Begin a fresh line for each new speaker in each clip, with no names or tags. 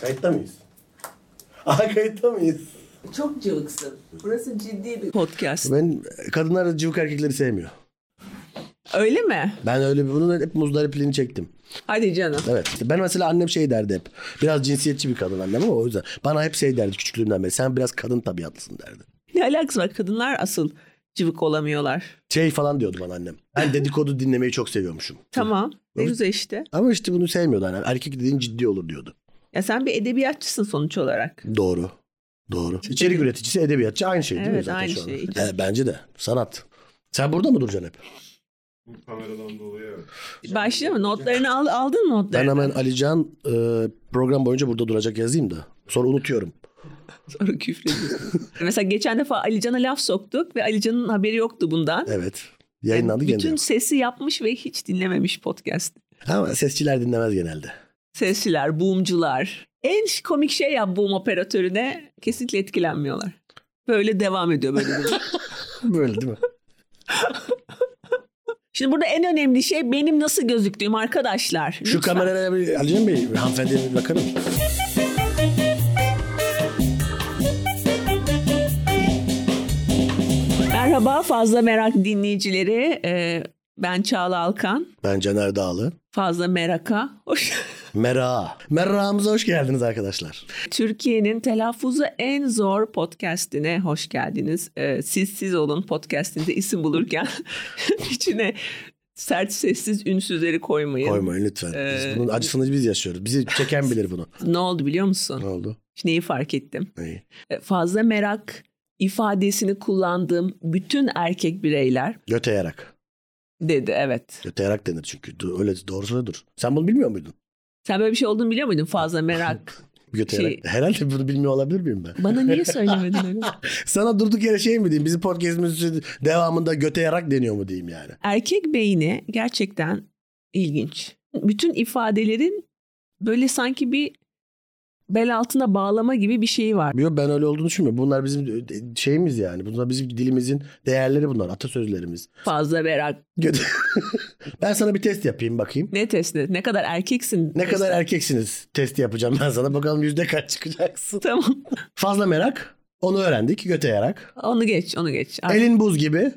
Kayıtta mıyız? Aha kayıtta mıyız?
Çok cıvıksın. Burası ciddi bir podcast.
Ben kadınlar cıvık erkekleri sevmiyor.
Öyle mi?
Ben öyle bir bunun hep muzdaripliğini çektim.
Hadi canım.
Evet. İşte Ben mesela annem şey derdi hep. Biraz cinsiyetçi bir kadın annem ama o yüzden. Bana hep şey derdi küçüklüğümden beri. Sen biraz kadın tabiatlısın derdi.
Ne alakası var? Kadınlar asıl cıvık olamıyorlar.
Şey falan diyordu bana annem. Ben dedikodu dinlemeyi çok seviyormuşum.
Tamam. Ne güzel işte.
Ama işte bunu sevmiyordu annem. Erkek dediğin ciddi olur diyordu.
Ya sen bir edebiyatçısın sonuç olarak.
Doğru. Doğru. İçerik üreticisi, edebiyatçı aynı şey değil mi
Evet,
zaten
aynı
şu anda?
şey. İç-
E, bence de. Sanat. Sen burada mı duracaksın hep?
Bu kameradan dolayı evet.
Başla mı? Notlarını al, aldın mı
Ben
notlarını?
hemen Alican e, program boyunca burada duracak yazayım da. Sonra unutuyorum.
Sonra küfrediyorum. Mesela geçen defa Alican'a laf soktuk ve Alican'ın haberi yoktu bundan.
Evet. Yayınlandı
Bütün
gene.
sesi yapmış ve hiç dinlememiş podcast.
Ama sesçiler dinlemez genelde.
Sesçiler, boomcular. En ş- komik şey ya boom operatörüne kesinlikle etkilenmiyorlar. Böyle devam ediyor böyle. böyle.
Böyle değil mi?
Şimdi burada en önemli şey benim nasıl gözüktüğüm arkadaşlar.
Şu
Lütfen.
kameraya bir Alican Bey hanımefendiye bir bakalım.
Merhaba Fazla Merak dinleyicileri. Ee, ben Çağla Alkan.
Ben Caner Dağlı.
Fazla Merak'a. Hoş...
Mera. Mera'mıza hoş geldiniz arkadaşlar.
Türkiye'nin telaffuzu en zor podcastine hoş geldiniz. Ee, siz siz olun podcastinde isim bulurken içine sert sessiz ünsüzleri koymayın.
Koymayın lütfen.
Ee,
Biz bunun acısını biz yaşıyoruz. Bizi çeken bilir bunu.
Ne oldu biliyor musun?
Ne oldu?
Şimdi Neyi fark ettim?
İyi.
Ee, Fazla merak ifadesini kullandığım bütün erkek bireyler
Göte yarak.
dedi evet.
Göte yarak denir çünkü. Du- Öyle doğrusu öyledir. Sen bunu bilmiyor muydun?
Sen böyle bir şey olduğunu biliyor muydun fazla merak?
Göte
Şey-
yarak. Herhalde bunu bilmiyor olabilir miyim ben?
Bana niye söylemedin öyle?
Sana durduk yere şey mi diyeyim? Bizim podcast'imizin devamında göte yarak deniyor mu diyeyim yani?
Erkek beyni gerçekten ilginç. Bütün ifadelerin böyle sanki bir bel altına bağlama gibi bir şeyi var.
Yok ben öyle olduğunu düşünmüyorum. Bunlar bizim e, şeyimiz yani. Bunlar bizim dilimizin değerleri bunlar. Atasözlerimiz.
Fazla merak.
Göte- ben sana bir test yapayım bakayım.
Ne testi? Ne kadar er- erkeksin?
Ne kadar erkeksiniz testi yapacağım ben sana. Bakalım yüzde kaç çıkacaksın.
Tamam.
Fazla merak. Onu öğrendik. Göte yarak.
Onu geç, onu geç. Ar-
Elin buz gibi.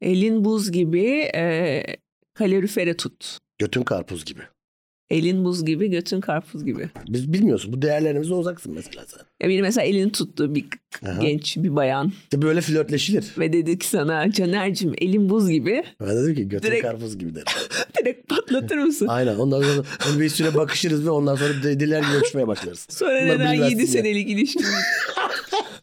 Elin buz gibi e, kalorifere tut.
Götün karpuz gibi.
Elin buz gibi, götün karpuz gibi.
Biz bilmiyorsun. Bu değerlerimize uzaksın mesela sen.
Ya biri mesela elini tuttu bir
Aha.
genç, bir bayan
İşte böyle flörtleşilir.
ve dedi ki sana Caner'cim elin buz gibi
Ben dedim ki götün
Direkt-
karpuz gibi derim.
direkt patlatır mısın?
Aynen. Ondan sonra bunu bir süre bakışırız ve ondan sonra de- diller gibi öpüşmeye başlarız.
Sonra
Bunlar
neden
bilmezsin
7
ya.
senelik ilişkin?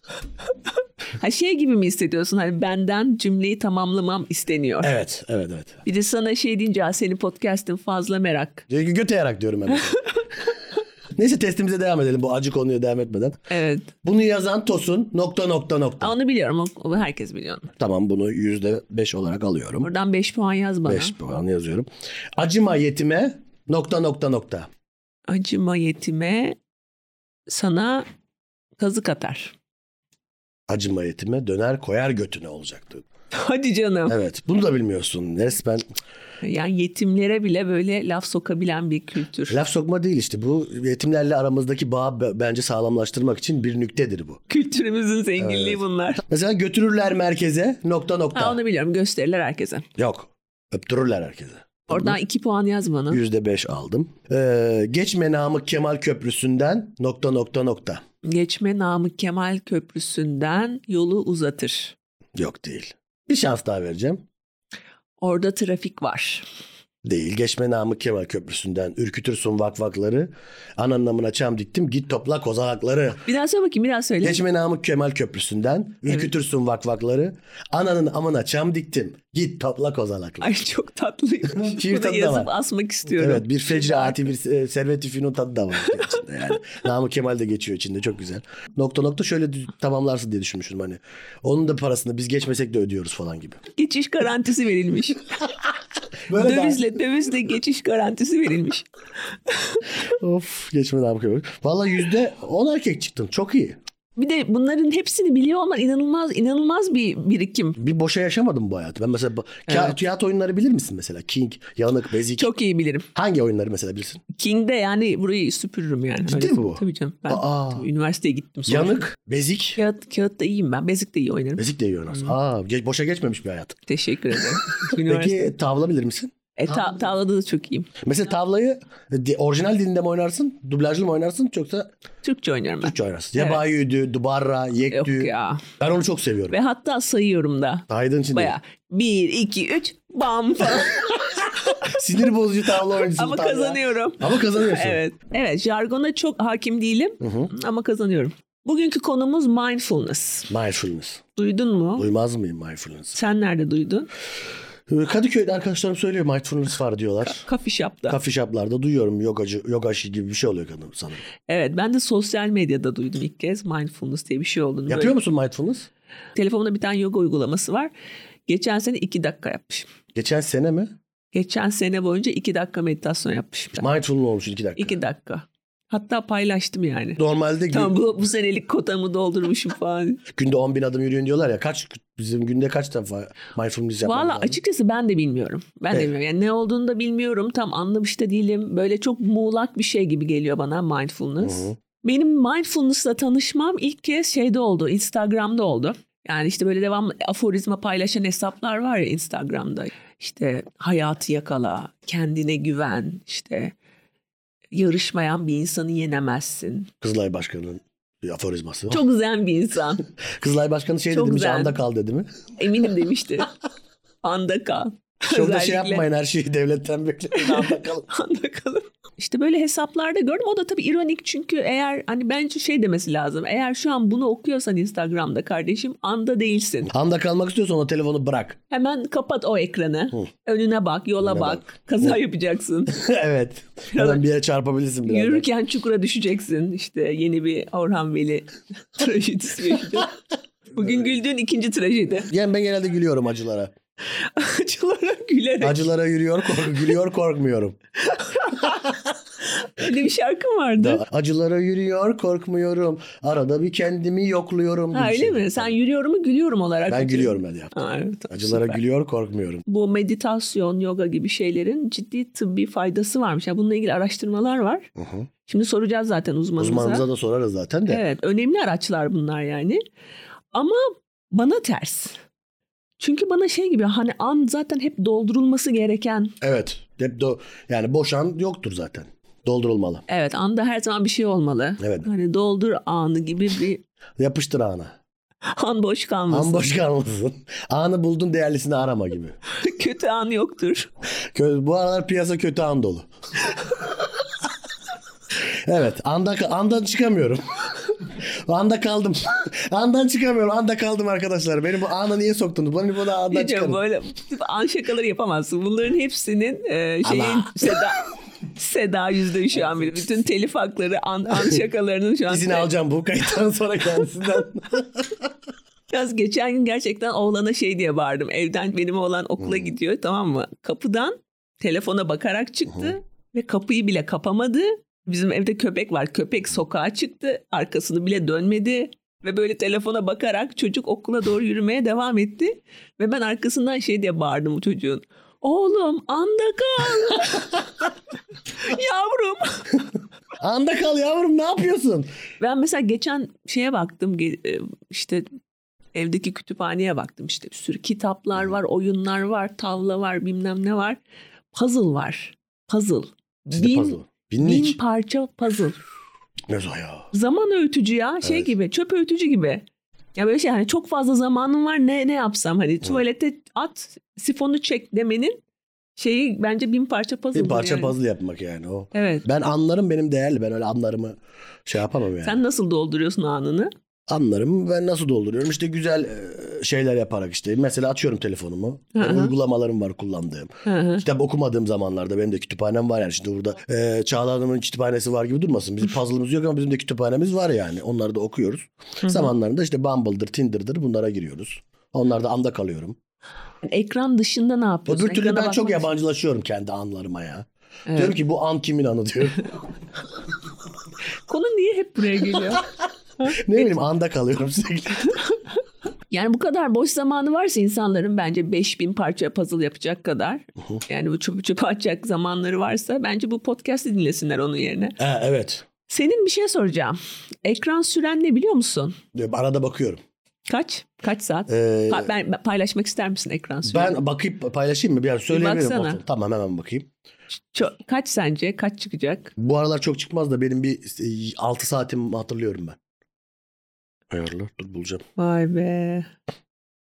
ha şey gibi mi hissediyorsun hani benden cümleyi tamamlamam isteniyor.
Evet, evet, evet.
Bir de sana şey deyince "Aa, senin podcast'in fazla merak.
Çünkü göte yarak diyorum ben. mesela. Neyse testimize devam edelim bu acı konuya devam etmeden.
Evet.
Bunu yazan Tosun nokta nokta nokta.
Aa, Onu biliyorum. o- o herkes biliyor. onu.
Tamam bunu yüzde beş olarak alıyorum.
Buradan 5 puan yaz bana.
Beş puan yazıyorum. Acıma yetime nokta nokta nokta.
Acıma yetime sana kazık atar.
Acıma yetime döner koyar götüne olacaktı.
Hadi canım.
Evet bunu da bilmiyorsun. Resmen
Yani yetimlere bile böyle laf sokabilen bir kültür.
laf sokma değil işte. Bu yetimlerle aramızdaki bağı b- bence sağlamlaştırmak için bir nüktedir bu.
Kültürümüzün zenginliği bunlar.
Mesela götürürler merkeze nokta nokta.
Ha, onu biliyorum. Gösterirler herkese.
Yok. Öptürürler herkese.
Oradan 2 puan yaz bana.
Yüzde beş aldım. Ee, geçme Namık Kemal Köprüsü'nden nokta nokta nokta.
Geçme Namık Kemal Köprüsü'nden yolu uzatır.
Yok değil. Bir şans daha vereceğim.
Orada trafik var.
Değil. Geçme Namık Kemal Köprüsü'nden ürkütürsün vakvakları. An anlamına çam diktim git topla kozalakları.
Bir daha söyle bakayım bir daha söyle.
Geçme Namık Kemal Köprüsü'nden ürkütürsün vakvakları. Ananın amına çam diktim git topla kozalakları.
Ay çok tatlıyım.
Şiir
Bunu
tadı da
yazıp
var.
asmak istiyorum.
Evet bir fecri ati bir e, servet üfünün tadı da var içinde yani. Namık Kemal de geçiyor içinde çok güzel. Nokta nokta şöyle düz- tamamlarsın diye düşünmüştüm hani. Onun da parasını biz geçmesek de ödüyoruz falan gibi.
Geçiş garantisi verilmiş.
Böyle de-
dövizle dövizle geçiş garantisi verilmiş.
Of geçme Namık Kemal. Valla yüzde on erkek çıktın çok iyi.
Bir de bunların hepsini biliyor olman inanılmaz inanılmaz bir birikim.
Bir boşa yaşamadım bu hayatı. Ben mesela ba- ka-
Evet.
kağıt oyunları bilir misin mesela? King, Yanık, Bezik.
Çok iyi bilirim.
Hangi oyunları mesela bilirsin?
King'de yani burayı süpürürüm yani.
Ciddi mi bu?
Tabii canım. Ben
Aa.
tabii üniversiteye gittim. Sonra.
Yanık, Bezik.
Kağıt, kağıtta iyiyim ben. Bezik de iyi oynarım.
Bezik de iyi oynarsın. Aa, ge- boşa geçmemiş bir hayat.
Teşekkür ederim. Üniversite.
Peki tavla bilir misin?
E, ta- tavlada da çok iyiyim.
Mesela tavlayı e, di- orijinal dilinde mi oynarsın? Dublajlı mı oynarsın? Yoksa
Türkçe oynuyorum ben.
Türkçe oynarsın.
Evet.
Yabayüdü, Dubarra,
Yok
Yektü.
ya.
Ben onu çok seviyorum.
Ve hatta sayıyorum da.
Saydığın için değil.
Baya bir, iki, üç, bam falan.
Sinir bozucu tavla oyuncusu.
Ama
tavla.
kazanıyorum.
Ama kazanıyorsun.
Evet. Evet, jargona çok hakim değilim
Hı hı.
ama kazanıyorum. Bugünkü konumuz mindfulness.
Mindfulness.
Duydun mu?
Duymaz mıyım mindfulness?
Sen nerede duydun?
Ee, Kadıköy'de arkadaşlarım söylüyor mindfulness var diyorlar.
Coffee shop'ta.
Kafe shoplarda duyuyorum yogacı, yogaşı gibi bir şey oluyor kadın sanırım.
evet, ben de sosyal medyada duydum ilk kez mindfulness diye bir şey olduğunu. Böyle
Yapıyor musun mindfulness?
Telefonumda bir tane yoga uygulaması var. Geçen sene iki dakika yapmışım.
Geçen sene mi?
Geçen sene boyunca iki dakika meditasyon yapmışım. ben.
Mindfulness olmuş iki dakika.
İki dakika. Hatta paylaştım yani.
Normalde gün-
Tamam bu, bu senelik kotamı doldurmuşum falan.
günde 10 bin adım yürüyün diyorlar ya. Kaç bizim günde kaç defa mindfulness yapmamız
Valla
lazım?
açıkçası ben de bilmiyorum. Ben
Evet.
de bilmiyorum. Yani ne olduğunu da bilmiyorum. Tam anlamış da değilim. Böyle çok muğlak bir şey gibi geliyor bana mindfulness.
Hı hı.
Benim mindfulness'la tanışmam ilk kez şeyde oldu. Instagram'da oldu. Yani işte böyle devamlı aforizma paylaşan hesaplar var ya Instagram'da. İşte hayatı yakala, kendine güven, işte yarışmayan bir insanı yenemezsin.
Kızılay Başkanı'nın bir aforizması.
Çok zen bir insan.
Kızılay Başkanı şey
Çok
dedi mi?
güzel.
Anda kal dedi mi?
Eminim demişti. Anda kal.
Çok da şey
Özellikle.
yapmayın her şeyi devletten bekleyin. Anda kalın.
Anda kalın. İşte böyle hesaplarda gördüm. O da tabii ironik çünkü eğer hani bence şey demesi lazım. Eğer şu an bunu okuyorsan Instagram'da kardeşim anda değilsin.
Anda kalmak istiyorsan o telefonu bırak.
Hemen kapat o ekranı.
Hı.
Önüne bak, yola
Önüne
bak.
bak.
Kaza yapacaksın.
evet. Hemen bir yere çarpabilirsin biraz.
Yürürken çukura düşeceksin. İşte yeni bir Orhan Veli trajedisi yaşayacağız. Bugün güldüğün ikinci trajedi.
Yani ben genelde gülüyorum acılara.
Acılara gülerek.
Acılara yürüyor, kork gülüyor korkmuyorum.
Öyle bir şarkım vardı.
Da- Acılara yürüyor, korkmuyorum. Arada bir kendimi yokluyorum. gibi
ha, öyle
şey.
mi? Sen yürüyorumu gülüyorum olarak.
Ben gülüyorum ben ya.
Ha, evet,
Acılara
süper.
gülüyor, korkmuyorum.
bu meditasyon, yoga gibi şeylerin ciddi tıbbi faydası varmış. Yani bununla ilgili araştırmalar var. Şimdi soracağız zaten uzmanımıza.
Uzmanımıza da sorarız zaten de.
Evet, önemli araçlar bunlar yani. Ama bana ters. Çünkü bana şey gibi hani an zaten hep doldurulması gereken.
Evet. Hep do yani boşan yoktur zaten. Doldurulmalı.
Evet, anda her zaman bir şey olmalı.
Evet.
Hani doldur anı gibi bir
Yapıştır ana.
an boş kalmasın.
An boş kalmasın. Anı buldun değerlisini arama gibi.
Kötü an yoktur.
Kö- Bu aralar piyasa kötü an dolu. evet. Anda, ka- andan çıkamıyorum. anda kaldım. andan çıkamıyorum. Anda kaldım arkadaşlar. Beni bu ana niye soktunuz? Beni bu da andan
Diyeceğim
çıkarın.
böyle tip an şakaları yapamazsın. Bunların hepsinin e, şeyin
Ama.
Seda Seda yüzde şu an bile. Bütün telif hakları an, an şakalarının şu an.
İzin alacağım bu kayıttan sonra kendisinden.
Biraz geçen gün gerçekten oğlana şey diye bağırdım. Evden benim oğlan okula gidiyor tamam mı? Kapıdan telefona bakarak çıktı ve kapıyı bile kapamadı. Bizim evde köpek var. Köpek sokağa çıktı. Arkasını bile dönmedi. Ve böyle telefona bakarak çocuk okula doğru yürümeye devam etti. Ve ben arkasından şey diye bağırdım bu çocuğun. Oğlum anda kal. Yavrum.
anda kal yavrum ne yapıyorsun?
Ben mesela geçen şeye baktım ge- e, işte evdeki kütüphaneye baktım işte bir sürü kitaplar var, oyunlar var, tavla var, bilmem ne var. Puzzle var. Puzzle.
Sizde
bin,
puzzle. Binlik.
bin parça puzzle.
Ne zor ya.
Zaman öğütücü ya şey
Evet.
gibi çöp öğütücü gibi. Ya böyle şey hani çok fazla zamanım var ne ne yapsam hani tuvalete at sifonu çek demenin şeyi bence bin parça puzzle.
Bir parça puzzle yapmak yani o.
Evet.
Ben anlarım benim değerli. Ben öyle anlarımı şey yapamam yani.
Sen nasıl dolduruyorsun anını?
Anlarımı ben nasıl dolduruyorum? İşte güzel e, şeyler yaparak işte. Mesela açıyorum telefonumu.
Hı hı.
Uygulamalarım var kullandığım.
Hı hı.
Kitap okumadığım zamanlarda benim de kütüphanem var yani. Şimdi burada e, Çağla Hanım'ın kütüphanesi var gibi durmasın. Bizim puzzle'ımız yok ama bizim de kütüphanemiz var yani. Onları da okuyoruz. Zamanlarında işte Bumble'dır, Tinder'dır bunlara giriyoruz. Onlarda anda kalıyorum.
Ekran dışında ne yapıyorsun?
Öbür türlü
Ekrana
ben çok
bakmak için-
yabancılaşıyorum kendi anlarıma ya.
Evet.
Diyorum ki bu an kimin anı diyorum.
Konu niye hep buraya geliyor?
ne bileyim anda kalıyorum sürekli.
Yani bu kadar boş zamanı varsa insanların bence 5000 parça puzzle yapacak kadar. Yani bu çöpü çöpü atacak zamanları varsa bence bu podcast'i dinlesinler onun yerine.
ha, evet.
Senin bir şey soracağım. Ekran süren ne biliyor musun?
Arada bakıyorum.
Kaç? Kaç saat?
Ee,
Pa- ben ben- paylaşmak ister misin ekran süreni?
ben bakıp paylaşayım mı? Bir ara söyleyebilirim.
baksana.
Otur. Tamam hemen bakayım.
Ço- kaç sence? Kaç çıkacak?
Bu aralar çok çıkmaz da benim bir 6 saatim hatırlıyorum ben. Ayarlar dur bulacağım.
Vay be.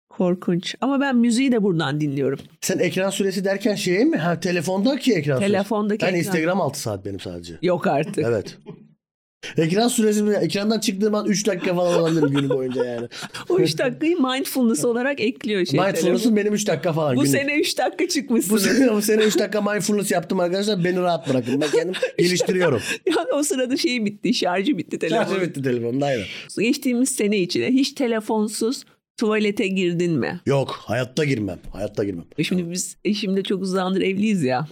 Korkunç. Ama ben müziği de buradan dinliyorum.
Sen ekran süresi derken şey mi? Ha telefondaki ekran süresi.
Telefondaki
Ben
ekran.
Instagram 6 saat benim sadece.
Yok artık.
Evet. Ekran süresi mi? Ekrandan çıktığım an 3 dakika falan olabilir gün boyunca yani.
O 3 dakikayı mindfulness olarak ekliyor şey. telefon.
Mindfulness'ın benim 3 dakika falan.
Bu
günlük.
sene 3 dakika
bu
çıkmışsınız.
sene, bu sene 3 dakika mindfulness yaptım arkadaşlar. Beni rahat bırakın. Ben kendim geliştiriyorum.
Yani o sırada şey bitti, şarjı bitti
Şarjı
telefon.
bitti telefonumda aynen.
Geçtiğimiz sene içinde hiç telefonsuz tuvalete girdin mi?
Yok hayatta girmem. Hayatta girmem.
Şimdi biz eşimle çok uzandır evliyiz ya.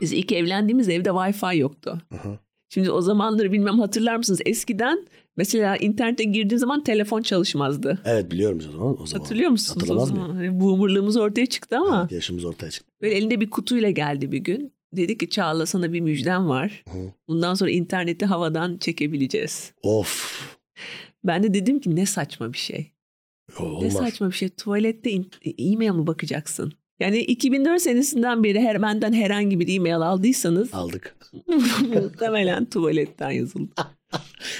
Biz ilk evlendiğimiz evde Wi-Fi yoktu. Şimdi o zamanları bilmem hatırlar mısınız? Eskiden mesela internete girdiğin zaman telefon çalışmazdı.
Evet biliyorum o zaman. O zaman.
Hatırlıyor musunuz
Hatırlamaz
o
mıyım?
zaman? Hani boomerlığımız ortaya çıktı ama
Yaşımız ortaya çıktı.
böyle elinde bir kutuyla geldi bir gün. Dedi ki Çağla sana bir müjdem var.
Hı.
Bundan sonra interneti havadan çekebileceğiz.
Of.
Ben de dedim ki ne saçma bir şey.
Yo,
Ne
Olmaz.
saçma bir şey. Tuvalette in- e-mail mi bakacaksın? Yani 2004 senesinden beri her benden herhangi bir e-mail aldıysanız
Aldık.
muhtemelen tuvaletten yazıldı.
Ah.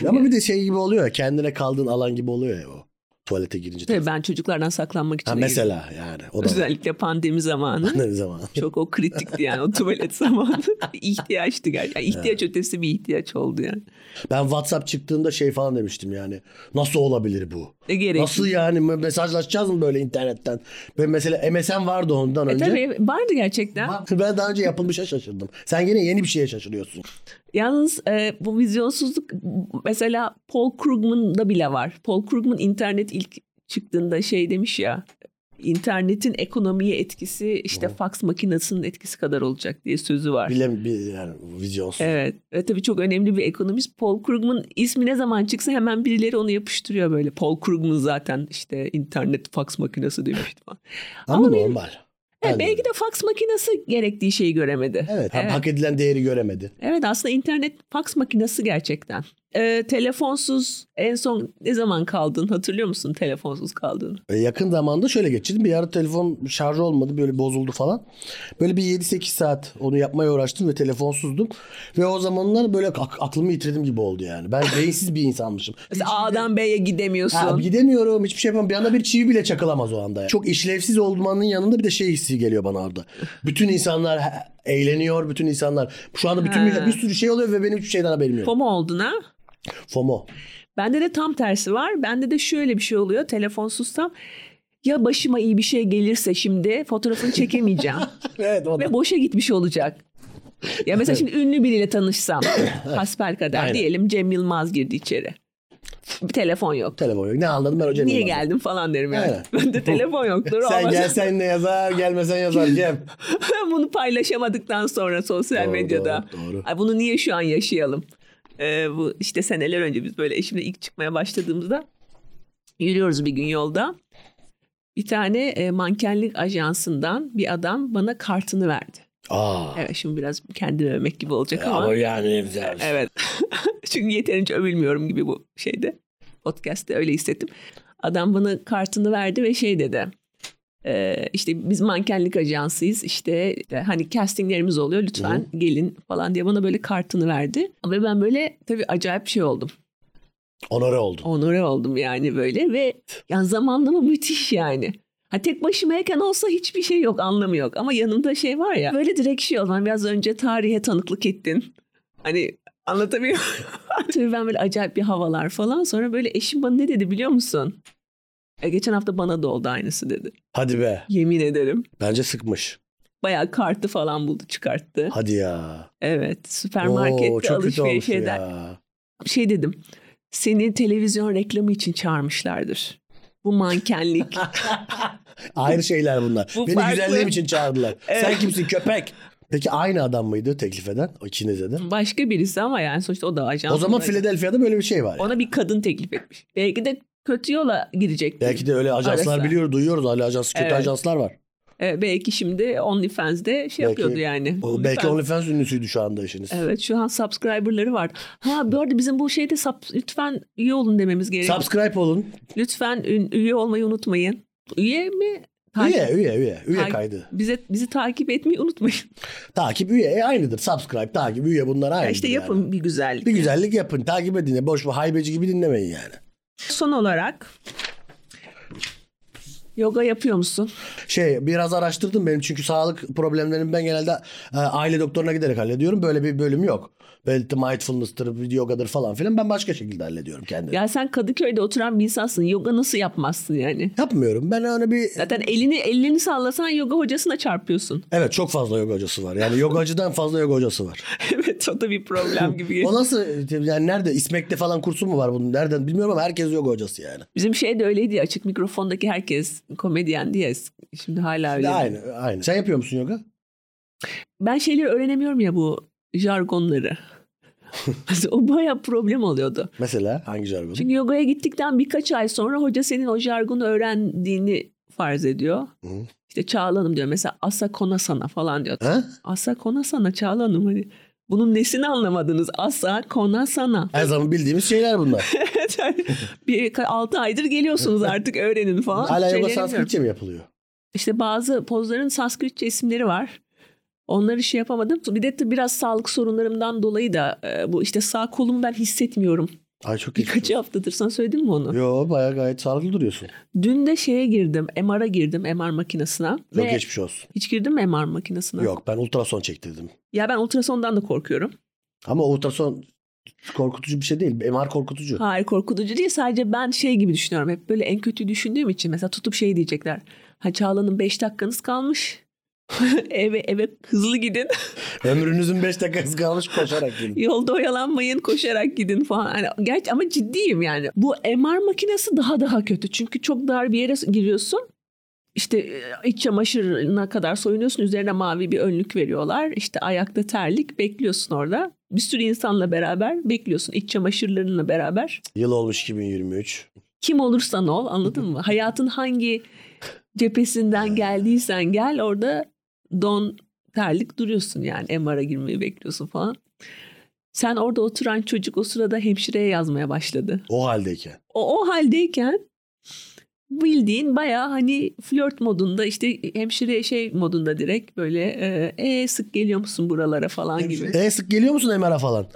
Ama bir de şey gibi oluyor ya kendine kaldığın alan gibi oluyor ya o. Tuvalete girince.
Tabii ben çocuklardan saklanmak için.
ha, mesela yani o da var.
Özellikle pandemi zamanı.
ne zaman.
Çok o kritikti yani o tuvalet zamanı. Bir ihtiyaçtı gerçekten. ihtiyaç ötesi bir ihtiyaç oldu yani.
Ben WhatsApp çıktığında şey falan demiştim yani. Nasıl olabilir bu?
Ne E, gerek?
Nasıl yani mesajlaşacağız mı böyle internetten? Ben mesela MSN vardı ondan
E
önce.
tabii vardı gerçekten.
Ben daha önce yapılmışa şaşırdım. Sen yine yeni bir şeye şaşırıyorsun.
Yalnız e, bu vizyonsuzluk mesela Paul Krugman'da bile var. Paul Krugman internet ilk çıktığında şey demiş ya. internetin ekonomiye etkisi işte fax makinesinin etkisi kadar olacak diye sözü var.
Bile bir yani vizyonsuz.
Evet. Ve tabii çok önemli bir ekonomist. Paul Krugman ismi ne zaman çıksa hemen birileri onu yapıştırıyor böyle. Paul Krugman zaten işte internet fax makinesi demişti falan.
Ama
Ama benim-
normal.
E,
Ben de-
belki de fax makinesi gerektiği şeyi göremedi.
Evet, ha-
Evet.
hak edilen değeri göremedi.
Evet aslında internet fax makinesi gerçekten. Ee, telefonsuz en son ne zaman kaldın hatırlıyor musun telefonsuz kaldığını?
E, Yakın zamanda şöyle geçirdim. Bir ara telefon şarjı olmadı böyle bozuldu falan. Böyle bir 7-8 saat onu yapmaya uğraştım ve telefonsuzdum. Ve o zamanlar böyle ak- aklımı yitirdim gibi oldu yani. Ben beyinsiz bir insanmışım.
Mesela A'dan B'ye gidemiyorsun.
Ha, gidemiyorum hiçbir şey yapamam. Bir anda bir çivi bile çakılamaz o anda. yani. Çok işlevsiz olmanın yanında bir de şey hissi geliyor bana orada. Bütün insanlar he- eğleniyor. Bütün insanlar. Şu anda bütün
Ha.
bir sürü şey oluyor ve benim hiçbir şeyden haberim yok.
FOMO oldun ha?
FOMO.
Bende de tam tersi var. Bende de şöyle bir şey oluyor telefonsuzsam. Ya başıma iyi bir şey gelirse şimdi fotoğrafını çekemeyeceğim.
evet o da.
Ve boşa gitmiş olacak. Ya mesela şimdi ünlü biriyle tanışsam. Hasbelkader
Aynen.
diyelim Cem Yılmaz girdi içeri. Bir telefon yok.
Telefon yok. Ne anladım ben hocam.
Niye geldin falan derim yani.
Aynen.
Ben de telefon yoktur.
Sen
Olmaz.
gelsen ne yazar gelmesen yazar Cem.
Bunu paylaşamadıktan sonra sosyal
Doğru,
medyada.
doğru, doğru.
Ay bunu niye şu an yaşayalım? Ee, bu işte seneler önce biz böyle eşimle ilk çıkmaya başladığımızda yürüyoruz bir gün yolda. Bir tane e, mankenlik ajansından bir adam bana kartını verdi.
Aa.
Evet şimdi biraz kendimi övmek gibi olacak ama.
Ama yani güzel.
Evet. Çünkü yeterince övülmüyorum gibi bu şeyde. Podcast'te öyle hissettim. Adam bana kartını verdi ve şey dedi. "Ee, işte biz mankenlik ajansıyız işte işte hani castinglerimiz oluyor lütfen gelin falan diye bana böyle kartını verdi. Ve ben böyle tabii acayip şey oldum.
Onore oldun.
Onore oldum yani böyle ve yani zamanlama müthiş yani. Ha tek başımayken olsa hiçbir şey yok anlamı yok ama yanımda şey var ya böyle direkt şey olman biraz önce tarihe tanıklık ettin. Hani anlatabiliyor muyum? Tabii ben böyle acayip bir havalar falan sonra böyle eşim bana ne dedi biliyor musun? E, geçen hafta bana da oldu aynısı dedi.
Hadi be.
Yemin ederim.
Bence sıkmış.
Bayağı kartı falan buldu çıkarttı.
Hadi ya.
Evet
Oo,
süpermarkette
çok kötü
alışveriş
olmuş
şeyler.
ya.
şey dedim. Seni televizyon reklamı için çağırmışlardır. Bu mankenlik.
Ayrı şeyler bunlar.
Bu
Beni
farklı.
güzelliğim için çağırdılar.
Evet.
Sen kimsin köpek? Peki aynı adam mıydı teklif eden? O ikinize de.
Başka birisi ama yani sonuçta o da ajan.
O zaman Philadelphia'da böyle bir şey var. yani.
Ona bir kadın teklif etmiş. Belki de kötü yola gidecek.
Belki de öyle ajanslar
Arası.
biliyoruz, duyuyoruz. Hala ajans, kötü
Evet.
ajanslar var.
Ee, belki şimdi OnlyFans'de şey yapıyordu yani.
O, belki OnlyFans ünlüsüydü şu anda işiniz.
Evet şu an subscriberları var. Ha bu arada bizim bu şeyde sub- lütfen üye olun dememiz gerekiyor.
Subscribe olun.
lütfen ün- üye olmayı unutmayın. Üye mi? Takip-
Üye, üye, üye. Üye
Takip-
kaydı.
Bize bizi takip etmeyi unutmayın.
Takip üye e, aynıdır. Subscribe, takip, üye bunlar aynıdır.
Ya işte
yani.
yapın bir güzellik.
Bir güzellik yapın. Takip edin. de Boş bu haybeci gibi dinlemeyin yani.
Son olarak yoga yapıyor musun?
Şey biraz araştırdım benim çünkü sağlık problemlerimi ben genelde e, aile doktoruna giderek hallediyorum. Böyle bir bölüm yok. Belki mindfulness'tır, yogadır falan filan ben başka şekilde hallediyorum kendimi.
Ya sen Kadıköy'de oturan bir insansın. Yoga nasıl yapmazsın yani?
Yapmıyorum. Ben öyle bir
Zaten elini ellerini sallasan yoga hocasına çarpıyorsun.
evet çok fazla yoga hocası var. Yani yogacıdan fazla yoga hocası var.
evet o da bir problem gibi.
O nasıl yani nerede İsmek'te falan kursu mu var bunun? Nereden bilmiyorum ama herkes yoga hocası yani.
Bizim şey de öyleydi ya açık mikrofondaki herkes komedyen diye. Şimdi hala öyle.
Aynı aynı. Sen yapıyor musun yoga?
Ben şeyleri öğrenemiyorum ya bu jargonları. Mesela o bayağı problem oluyordu.
Mesela hangi jargonu?
Çünkü yogaya gittikten birkaç ay sonra hoca senin o jargonu öğrendiğini farz ediyor.
Hı.
İşte Çağla Hanım diyor mesela asakona sana falan diyor.
Ha?
Asa kona sana Çağla Hanım hani bunun nesini anlamadınız? Asa kona sana.
Her zaman bildiğimiz şeyler bunlar.
Yani bir 6 aydır geliyorsunuz artık öğrenin falan.
Hala yoga
Şeyleri bilmiyorum.
sanskritçe mi yapılıyor?
İşte bazı pozların Sanskritçe isimleri var. Onları şey yapamadım. Bir de tabii biraz sağlık sorunlarımdan dolayı da e, bu işte sağ kolumu ben hissetmiyorum.
Ay çok geçmiş
Birkaç haftadır sana söyledim mi onu?
Yo bayağı gayet sağlıklı duruyorsun.
Dün de şeye girdim. MR'a girdim MR makinesine.
Çok
Ve
geçmiş olsun.
hiç girdim mi MR makinesine?
Yok ben ultrason çektirdim.
Ya ben ultrasondan da korkuyorum.
Ama ultrason korkutucu bir şey değil. MR korkutucu.
Hayır korkutucu değil sadece ben şey gibi düşünüyorum. Hep böyle en kötü düşündüğüm için mesela tutup şey diyecekler. Ha Çağla'nın 5 dakikanız kalmış. eve eve hızlı gidin.
Ömrünüzün 5 dakikası kalmış koşarak gelin.
Yolda oyalanmayın koşarak gidin falan. Hani gerçi ama ciddiyim yani. Bu MR makinesi daha daha kötü. Çünkü çok dar bir yere giriyorsun. İşte e, iç çamaşırına kadar soyunuyorsun. Üzerine mavi bir önlük veriyorlar. İşte ayakta terlik bekliyorsun orada. Bir sürü insanla beraber bekliyorsun. iç çamaşırlarınla beraber.
Yıl olmuş 2023.
Kim olursan ol anladın mı? Hayatın hangi cephesinden geldiysen gel orada don terlik duruyorsun yani MR'a girmeyi bekliyorsun falan. Sen orada oturan çocuk o sırada hemşireye yazmaya başladı.
O haldeyken.
O, o haldeyken bildiğin baya hani flört modunda işte hemşire şey modunda direkt böyle e, "E, sık geliyor musun buralara falan gibi.
E sık geliyor musun MR'a falan?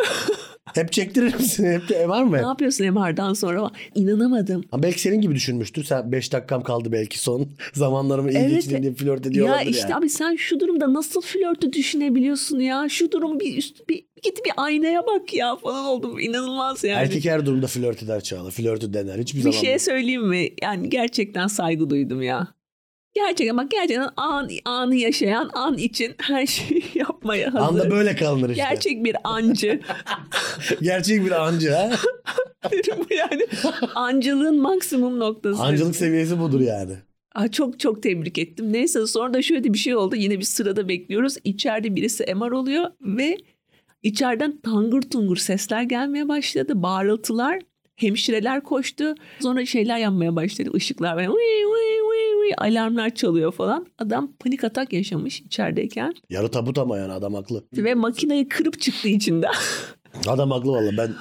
Hep çektirir misin? Hep de MR mı?
Ne
hep?
yapıyorsun MR'dan sonra? İnanamadım.
Ha, belki senin gibi düşünmüştür. Sen 5 dakikam kaldı belki son zamanlarımı iyi
Evet.
geçireyim diye flört ediyor
Ya
olabilir
işte
yani.
abi sen şu durumda nasıl flörtü düşünebiliyorsun ya? Şu durum bir üst bir git bir aynaya bak ya falan oldum. İnanılmaz yani.
Erkek her durumda flört eder Çağla. Flörtü dener. Hiçbir
bir
zaman.
şey söyleyeyim mi? Yani gerçekten saygı duydum ya. Gerçekten bak gerçekten an, anı yaşayan an için her şeyi yapmaya hazır.
Anda böyle kalınır işte.
Gerçek bir ancı.
Gerçek bir ancı ha.
Dedim bu yani ancılığın maksimum noktası.
Ancılık seviyesi budur yani.
Aa, çok çok tebrik ettim. Neyse sonra da şöyle bir şey oldu. Yine bir sırada bekliyoruz. İçeride birisi MR oluyor ve içeriden tangır tungur sesler gelmeye başladı. Bağırıltılar. Hemşireler koştu. Sonra şeyler yanmaya başladı. Işıklar böyle "Uy, uy, uy, uy," alarmlar çalıyor falan. Adam panik atak yaşamış içerideyken.
Yarı tabut ama yani adam haklı.
Ve makineyi kırıp çıktı içinden.
Adam haklı valla ben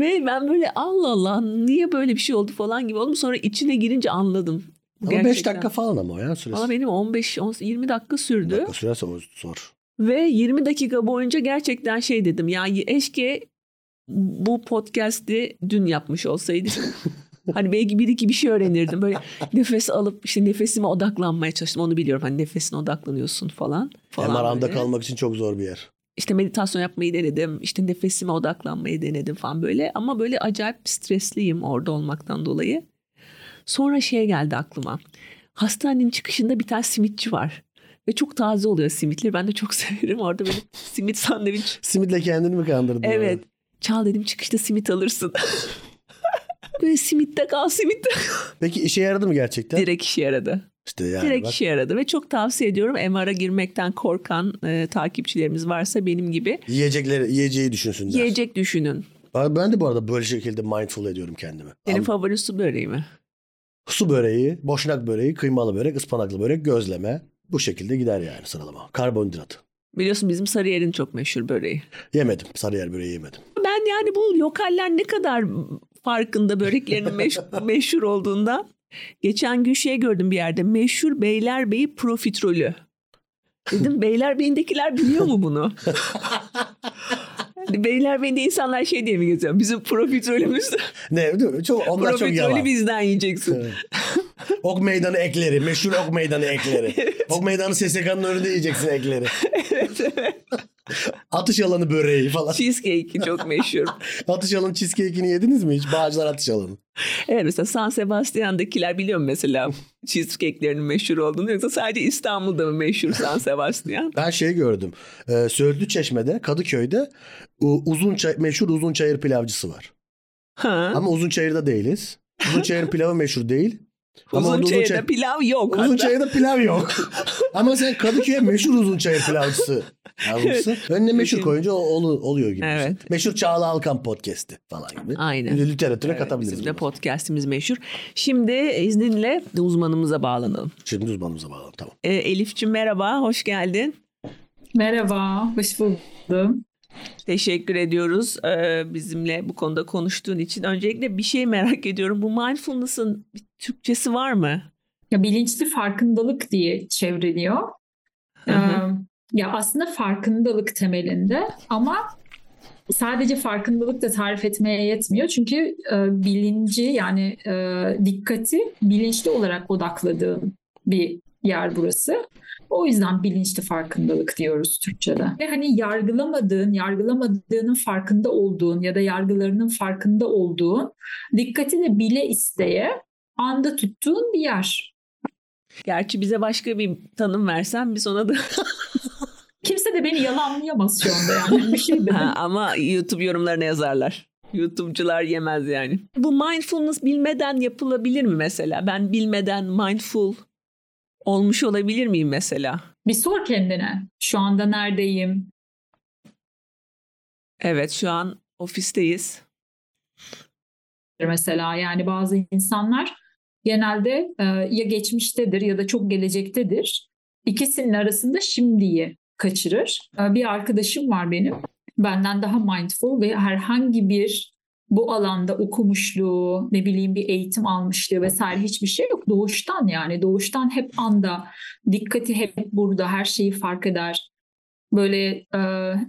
ve ben böyle Allah Allah niye böyle bir şey oldu falan gibi oldum. Sonra içine girince anladım.
Ama 5
Gerçekten.
dakika falan ama o ya süresi.
Valla
Ama
benim 15 on- 20 dakika sürdü.
dakika sürerse o zor.
Ve 20 dakika boyunca gerçekten şey dedim. Ya eşke bu podcast'i dün yapmış olsaydım. hani belki bir iki bir şey öğrenirdim. Böyle nefes alıp işte nefesime odaklanmaya çalıştım. Onu biliyorum hani nefesine odaklanıyorsun falan. falan
Hem aranda
böyle.
kalmak için çok zor bir yer.
İşte meditasyon yapmayı denedim. İşte nefesime odaklanmayı denedim falan böyle. Ama böyle acayip stresliyim orada olmaktan dolayı. Sonra şey geldi aklıma. Hastanenin çıkışında bir tane simitçi var. Ve çok taze oluyor simitleri. Ben de çok severim. Orada böyle simit sandviç.
Simitle kendini mi kandırdın?
Evet. Çal dedim çıkışta simit alırsın. böyle simitte kal simitte.
Peki işe yaradı mı gerçekten?
Direkt işe yaradı.
İşte yani
Direkt
bak,
işe yaradı ve çok tavsiye ediyorum MR'a girmekten korkan e, takipçilerimiz varsa benim gibi
yiyecekleri, yiyeceği düşünsünler.
yiyecek düşünün.
Ben ben de bu arada böyle şekilde mindful ediyorum kendimi.
Senin
An-
favori su böreği mi?
Su böreği, boşnak böreği, kıymalı börek, ıspanaklı börek, gözleme. Bu şekilde gider yani sıralama. Karbonhidrat.
Biliyorsun bizim Sarıyer'in çok meşhur böreği.
Yemedim. Sarıyer böreği yemedim.
Ben yani bu lokaller ne kadar farkında böreklerinin meş- meşhur olduğunda. Geçen gün şey gördüm bir yerde meşhur Beylerbeyi profiterolü. Dedim Beylerbeyi'ndekiler biliyor mu bunu? Yani Beylerbeyi'nde insanlar şey diye mi geziyor? Bizim profiterolümüz,
Ne değil mi? Çok, onlar çok
profiterolü
yalan.
bizden yiyeceksin.
Ok meydanı ekleri. Meşhur ok meydanı ekleri. ok meydanı SSK'nın önünde yiyeceksin ekleri. atış alanı böreği falan.
Cheesecake'i çok meşhur.
Atış alanı cheesecake'ini yediniz mi hiç? Bağcılar atış alanı.
Evet mesela San Sebastian'dakiler biliyor mu mesela cheesecake'lerinin meşhur olduğunu yoksa sadece İstanbul'da mı meşhur San Sebastian?
Ben şey gördüm. Ee, Söğütlü Çeşme'de, Kadıköy'de u- uzun çay, meşhur uzun çayır pilavcısı var.
Ha?
Ama uzun çayırda değiliz. Uzun çayırın pilavı meşhur değil. Ama
uzun
onda
çayırda
çay-
pilav yok.
Uzun
hatta.
çayırda pilav yok. Ama sen Kadıköy'e meşhur uzun çayır pilavcısı yazmışsın. Önüne meşhur
Bizim-
koyunca o- olu- oluyor gibi.
Evet.
Meşhur Çağla Alkan podcast'i falan gibi.
Aynen.
Bir de Literatüre
Evet,
katabiliriz.
Bizim de
bunu.
podcast'imiz meşhur. Şimdi izninle de uzmanımıza bağlanalım.
Şimdi uzmanımıza bağlanalım tamam.
Ee, Elif'ciğim merhaba, hoş geldin.
Merhaba, hoş buldum.
Teşekkür ediyoruz ee, bizimle bu konuda konuştuğun için. Öncelikle bir şey merak ediyorum. Bu mindfulness'ın bir Türkçesi var mı?
Ya bilinçli farkındalık diye çevriliyor.
Hı hı.
Ee, ya aslında farkındalık temelinde ama sadece farkındalık da tarif etmeye yetmiyor. Çünkü e, bilinci yani e, dikkati bilinçli olarak odakladığım bir yer burası. O yüzden bilinçli farkındalık diyoruz Türkçe'de. Ve hani yargılamadığın, yargılamadığının farkında olduğun ya da yargılarının farkında olduğun, dikkatini bile isteye anda tuttuğun bir yer.
Gerçi bize başka bir tanım versen biz ona da
Kimse de beni yalanlayamaz şu anda yani bir şey de.
Ha, ama YouTube yorumlarına yazarlar. YouTube'cular yemez yani. Bu mindfulness bilmeden yapılabilir mi mesela? Ben bilmeden mindful olmuş olabilir miyim mesela?
Bir sor kendine. Şu anda neredeyim?
Evet şu an ofisteyiz.
Mesela yani bazı insanlar genelde e, ya geçmiştedir ya da çok gelecektedir. İkisinin arasında şimdiyi kaçırır. E, bir arkadaşım var benim. Benden daha mindful ve herhangi bir bu alanda okumuşluğu, ne bileyim bir eğitim almışlığı vesaire hiçbir şey yok. Doğuştan yani doğuştan hep anda, dikkati hep burada, her şeyi fark eder. Böyle e,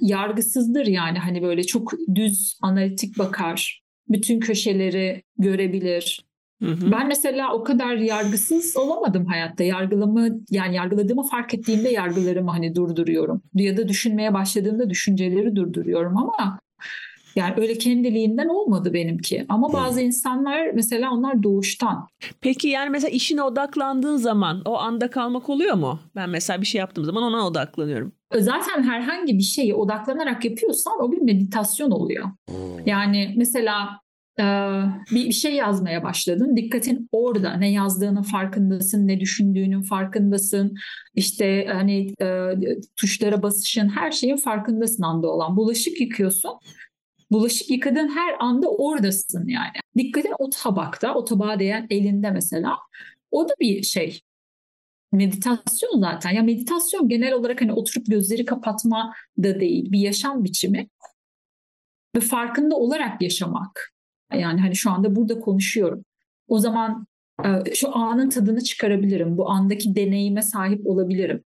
yargısızdır yani hani böyle çok düz analitik bakar. Bütün köşeleri görebilir.
Hı hı.
Ben mesela o kadar yargısız olamadım hayatta. Yargılama yani yargıladığımı fark ettiğimde yargılarımı hani durduruyorum. Ya da düşünmeye başladığımda düşünceleri durduruyorum ama yani öyle kendiliğinden olmadı benimki. Ama bazı insanlar mesela onlar doğuştan.
Peki yani mesela işine odaklandığın zaman o anda kalmak oluyor mu? Ben mesela bir şey yaptığım zaman ona odaklanıyorum.
e, Zaten herhangi bir şeye odaklanarak yapıyorsan o bir meditasyon oluyor.
Hmm.
Yani mesela e, bir bir şey yazmaya başladın. Dikkatin orada. Ne yazdığının farkındasın, ne düşündüğünün farkındasın. İşte hani e, tuşlara basışın, her şeyin farkındasın anda olan. Bulaşık yıkıyorsun. Bulaşık yıkadığın her anda oradasın yani. Dikkatin o tabakta, o tabağa değen elinde mesela. O da bir şey. Meditasyon zaten. Ya meditasyon genel olarak hani oturup gözleri kapatma da değil. Bir yaşam biçimi ve farkında olarak yaşamak. Yani hani şu anda burada konuşuyorum. O zaman e, şu anın tadını çıkarabilirim. Bu andaki deneyime sahip olabilirim.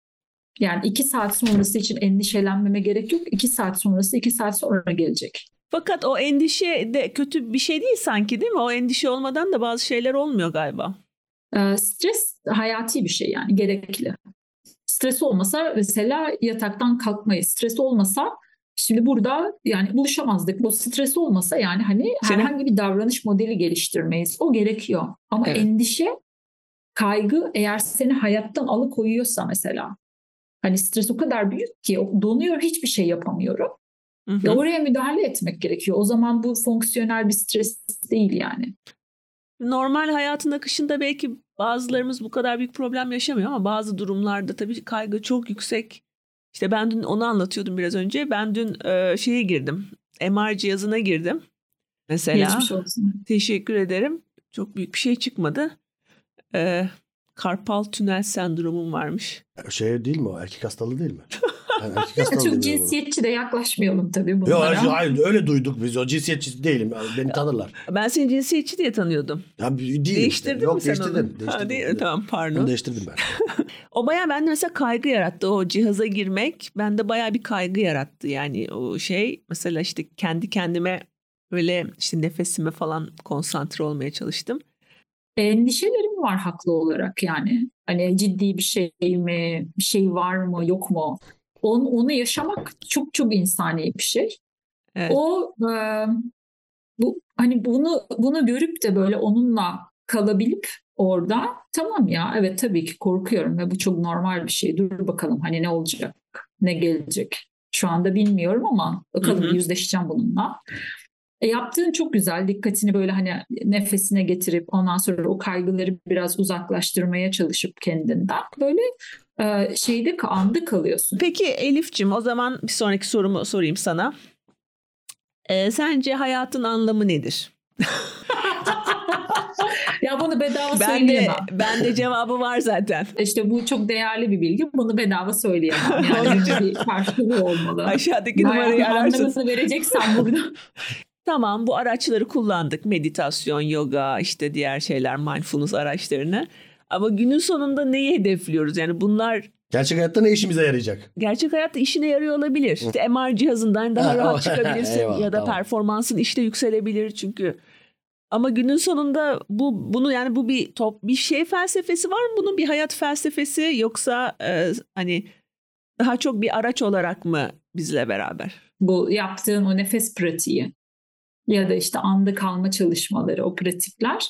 Yani iki saat sonrası için endişelenmeme gerek yok. İki saat sonrası iki saat sonra gelecek.
Fakat o endişe de kötü bir şey değil sanki değil mi? O endişe olmadan da bazı şeyler olmuyor galiba.
E, stres hayati bir şey yani gerekli. Stres olmasa mesela yataktan kalkmayız. Stres olmasa şimdi burada yani buluşamazdık. Bu stres olmasa yani hani
Senin-
herhangi bir davranış modeli geliştirmeyiz. O gerekiyor. Ama
Evet.
endişe, kaygı eğer seni hayattan alıkoyuyorsa mesela hani stres o kadar büyük ki o donuyor hiçbir şey yapamıyorum.
Hı hı.
Ya oraya müdahale etmek gerekiyor. O zaman bu fonksiyonel bir stres değil yani.
Normal hayatın akışında belki Bazılarımız bu kadar büyük problem yaşamıyor ama bazı durumlarda tabii kaygı çok yüksek. İşte ben dün onu anlatıyordum biraz önce. Ben dün e, şeye girdim. MR cihazına girdim. Mesela.
Geçmiş olsun.
Teşekkür ederim. Çok büyük bir şey çıkmadı. Ee, karpal tünel sendromum varmış.
Şey değil mi o? Erkek hastalığı değil mi? Ben erkek
Ya,
hastalığı
Çok
diyorum ona.
cinsiyetçi de yaklaşmayalım tabii
Yok
bunlara.
hayır, hayır, öyle duyduk biz. O cinsiyetçi değilim. Beni tanırlar.
Ben seni cinsiyetçi diye tanıyordum.
Ya, değilim işte.
Değiştirdin
Yok,
mi sen
değiştirdim,
onu?
Değiştirdim.
Ha, değil- e, tamam pardon.
Bunu değiştirdim ben.
O baya bende mesela kaygı yarattı o cihaza girmek. Bende baya bir kaygı yarattı yani o şey. Mesela işte kendi kendime böyle işte nefesime falan konsantre olmaya çalıştım.
Endişelerim var haklı olarak yani. Hani ciddi bir şey mi, bir şey var mı, yok mu? Onu, onu yaşamak çok çok insani bir şey.
Evet.
O e, bu hani bunu bunu görüp de böyle onunla kalabilip orada tamam ya evet tabii ki korkuyorum ve bu çok normal bir şey. Dur bakalım hani ne olacak, ne gelecek. Şu anda bilmiyorum ama bakalım
Hı hı.
yüzleşeceğim bununla. E, yaptığın çok güzel. Dikkatini böyle hani nefesine getirip ondan sonra o kaygıları biraz uzaklaştırmaya çalışıp kendinden böyle e, şeyde ka- anda kalıyorsun.
Peki Elif'cim o zaman bir sonraki sorumu sorayım sana. Ee, sence hayatın anlamı nedir?
Ya bunu bedava
Ben de,
söyleyemem.
ben de cevabı var zaten.
İşte bu çok değerli bir bilgi. Bunu bedava söyleyemem. Yani bunun bir karşılığı olmalı.
Aşağıdaki numarayı
Hayatın
ararsın.
anlamasını vereceksen burada.
Tamam bu araçları kullandık. Meditasyon, yoga, işte diğer şeyler, mindfulness araçlarını. Ama günün sonunda neyi hedefliyoruz? Yani bunlar
Gerçek hayatta ne işimize yarayacak? MR
gerçek hayatta işine yarıyor olabilir. İşte MR cihazından daha
Ha,
rahat
o-
çıkabilirsin
Eyvallah,
ya da
tamam.
performansın işte yükselebilir çünkü. Ama günün sonunda bu bunu yani bu bir top bir şey felsefesi var mı? Bunun bir hayat felsefesi yoksa e, hani daha çok bir araç olarak mı bizle beraber?
bu yaptığın o nefes pratiği ya da işte anda kalma çalışmaları, o pratikler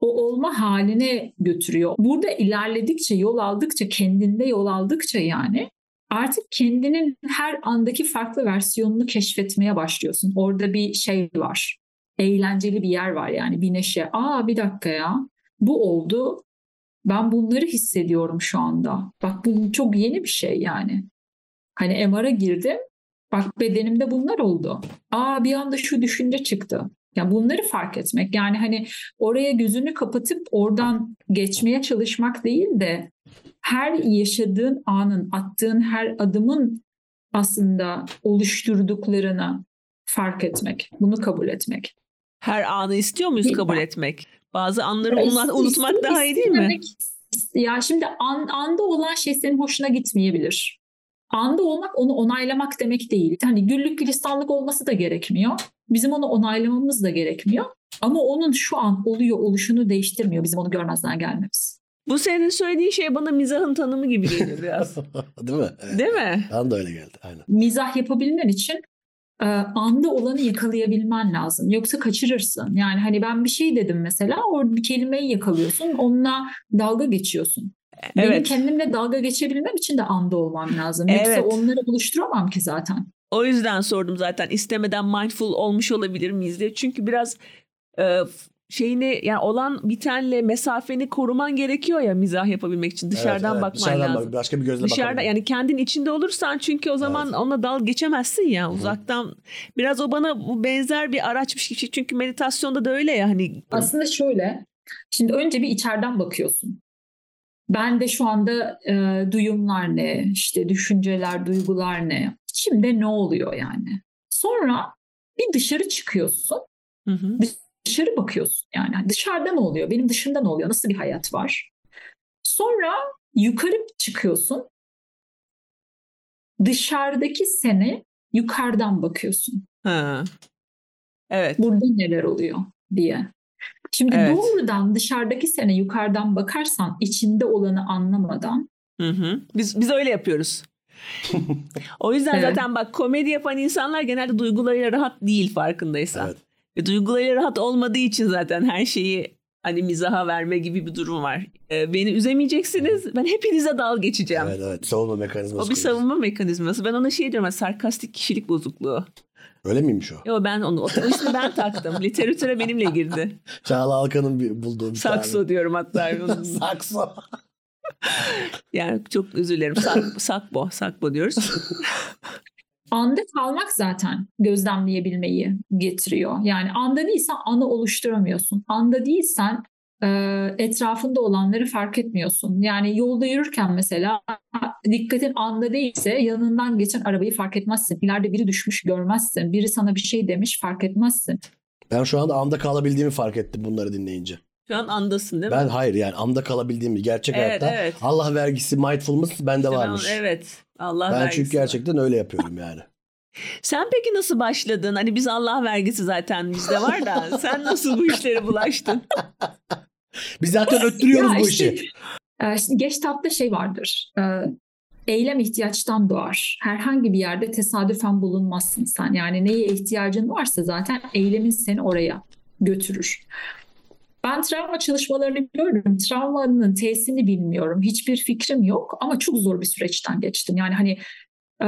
o olma haline götürüyor. Burada ilerledikçe, yol aldıkça, kendinde yol aldıkça yani artık kendinin her andaki farklı versiyonunu keşfetmeye başlıyorsun. Orada bir şey var. Eğlenceli bir yer var yani bir neşe. Aa bir dakika ya bu oldu. Ben bunları hissediyorum şu anda. Bak bu çok yeni bir şey yani. Hani MR'a girdim. Bak bedenimde bunlar oldu. Aa bir anda şu düşünce çıktı. Ya bunları fark etmek yani hani oraya gözünü kapatıp oradan geçmeye çalışmak değil de her yaşadığın anın, attığın her adımın aslında oluşturduklarını fark etmek, bunu kabul etmek.
Her anı istiyor muyuz
Bir-
kabul etmek? Bazı anları
Ya
unut-
is-
unutmak
is-
daha iyi değil mi?
istemek- Ya şimdi an, anda olan şey senin hoşuna gitmeyebilir. Anda olmak onu onaylamak demek değil. Hani güllük gülistanlık olması da gerekmiyor. Bizim onu onaylamamız da gerekmiyor. Ama onun şu an oluyor oluşunu değiştirmiyor bizim onu görmezden gelmemiz.
Bu senin söylediğin şey bana mizahın tanımı gibi geliyor biraz.
Değil mi? Evet.
Değil mi?
Bana da öyle geldi. Aynen.
Mizah yapabilmen için e, anda olanı yakalayabilmen lazım. Yoksa kaçırırsın. Yani hani ben bir şey dedim mesela orada bir kelimeyi yakalıyorsun. Onunla dalga geçiyorsun. Benim
Evet.
kendimle dalga geçebilmem için de anda olmam lazım. Yoksa
Evet.
onları buluşturamam ki zaten.
O yüzden sordum zaten istemeden mindful olmuş olabilir miyiz diye. Çünkü biraz e, f- şeyini yani olan bitenle mesafeni koruman gerekiyor ya mizah yapabilmek için. Dışarıdan
Evet, evet.
bakman
Dışarıdan
lazım.
Bak, başka bir gözle
Dışarıda
bakalım.
yani kendin içinde olursan çünkü o zaman
Evet.
ona dal geçemezsin ya
hı.
uzaktan. Biraz o bana bu benzer bir araçmış gibi. Çünkü meditasyonda da öyle ya hani
Aslında şöyle. Şimdi önce bir içeriden bakıyorsun. Ben de şu anda e, duyumlar ne, işte düşünceler, duygular ne, içimde ne oluyor yani. Sonra bir dışarı çıkıyorsun,
Hı hı.
dışarı bakıyorsun yani. Hani Dışarıda ne oluyor, benim dışımda ne oluyor, nasıl bir hayat var. Sonra yukarı çıkıyorsun. Dışarıdaki seni yukarıdan bakıyorsun.
Ha. Evet.
burada neler oluyor diye. Şimdi
Evet.
doğrudan dışarıdaki sene yukarıdan bakarsan içinde olanı anlamadan
Hı hı. Biz biz öyle yapıyoruz. o yüzden
Evet.
zaten bak komedi yapan insanlar genelde duygularıyla rahat değil farkındaysan.
Evet.
Ve duygularıyla rahat olmadığı için zaten her şeyi hani mizaha verme gibi bir durum var. Ee, beni üzemeyeceksiniz. Ben hepinize dal geçeceğim.
Evet evet. Savunma mekanizması.
O bir
kuruyoruz.
savunma mekanizması. Ben ona şey diyorum. yani sarkastik kişilik bozukluğu.
Öyle miymiş o?
Yo ben onu o ismi ben taktım. Literatüre benimle girdi.
Çağla Alkan'ın bir, bulduğu bir
Sakso diyorum hatta.
tane. Sakso.
Yani çok özür dilerim. Sak, sakbo, sakbo diyoruz.
Anda kalmak zaten gözlemleyebilmeyi getiriyor. Yani anda değilsen anı oluşturamıyorsun. Anda değilsen e, etrafında olanları fark etmiyorsun. Yani yolda yürürken mesela dikkatin anda değilse yanından geçen arabayı fark etmezsin. İleride biri düşmüş görmezsin. Biri sana bir şey demiş fark etmezsin.
Ben şu anda anda kalabildiğimi fark ettim bunları dinleyince.
Şu an andasın değil mi?
Ben hayır yani anda kalabildiğimi gerçek
Evet,
hayatta
evet.
Allah vergisi mindfulness bende
İşte ben-
varmış.
evet. Allah
ben
vergisi.
çünkü gerçekten öyle yapıyorum yani.
Sen peki nasıl başladın? Hani biz Allah vergisi zaten bizde var da sen nasıl bu işlere bulaştın?
Biz zaten öttürüyoruz
Ya
bu
işte-
işi.
Ee, Şimdi geç tatlı şey vardır. Ee, Eylem ihtiyaçtan doğar. Herhangi bir yerde tesadüfen bulunmazsın sen. Yani neye ihtiyacın varsa zaten eylemin seni oraya götürür. Ben travma çalışmalarını biliyorum. Travmanın tesini bilmiyorum. Hiçbir fikrim yok ama çok zor bir süreçten geçtim. Yani hani e,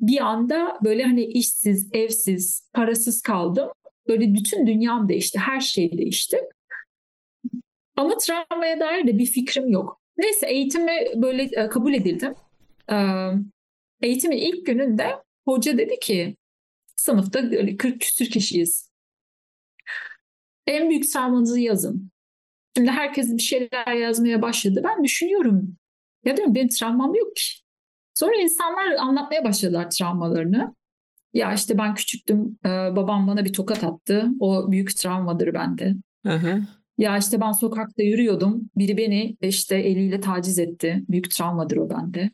bir anda böyle hani işsiz, evsiz, parasız kaldım. Böyle bütün dünyam değişti, her şey değişti. Ama travmaya dair de bir fikrim yok. Neyse eğitime böyle e, kabul edildim. E, Eğitimin ilk gününde hoca dedi ki sınıfta böyle 40 küsür kişiyiz. En büyük travmanızı yazın. Şimdi herkes bir şeyler yazmaya başladı. Ben düşünüyorum. Ya diyorum benim travmam yok ki. Sonra insanlar anlatmaya başladılar travmalarını. Ya işte ben küçüktüm. e, Babam bana bir tokat attı. O büyük travmadır bende.
Hı hı.
Ya işte ben sokakta yürüyordum. Biri beni işte eliyle taciz etti. Büyük travmadır o bende.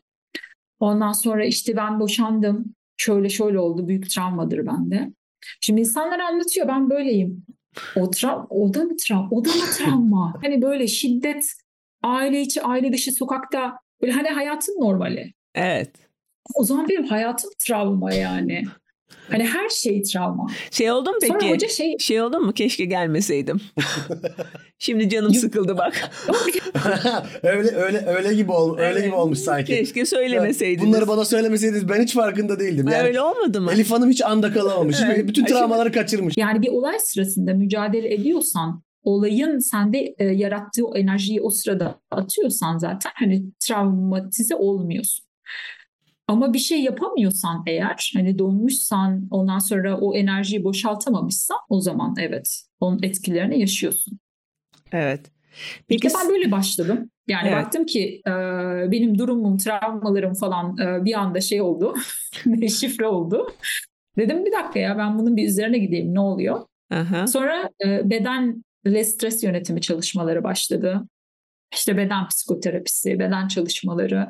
Ondan sonra işte ben boşandım. Şöyle şöyle oldu. Büyük travmadır bende. Şimdi insanlar anlatıyor ben böyleyim. O travma, o da mı travma? O da mı travma? hani böyle şiddet, aile içi, aile dışı, sokakta böyle hani hayatın normali.
Evet.
O zaman benim hayatım travma yani. Hani her şey travma.
Şey oldu mu peki?
Sonra hoca şey
Şey oldu mu? Keşke gelmeseydim. Şimdi canım sıkıldı bak.
öyle öyle öyle gibi ol, öyle gibi olmuş sanki.
Keşke söylemeseydiniz.
Bunları bana söylemeseydiniz ben hiç farkında değildim.
Ha,
Yani
Öyle olmadı mı?
Elif Hanım hiç anda kalamamış. Hiç-
Evet.
Bütün
Ay, şimdi-
travmaları kaçırmış.
Yani bir olay sırasında mücadele ediyorsan, olayın sende e, yarattığı o enerjiyi o sırada atıyorsan zaten hani travmatize olmuyorsun. Ama bir şey yapamıyorsan eğer, hani donmuşsan, ondan sonra o enerjiyi boşaltamamışsan o zaman evet, onun etkilerini yaşıyorsun.
Evet.
Peki
Peki
ben böyle başladım. Yani
Evet.
baktım ki e, benim durumum, travmalarım falan e, bir anda şey oldu, şifre oldu. Dedim bir dakika ya ben bunun bir üzerine gideyim ne oluyor?
Aha.
Sonra e, bedenle stres yönetimi çalışmaları başladı. İşte beden psikoterapisi, beden çalışmaları,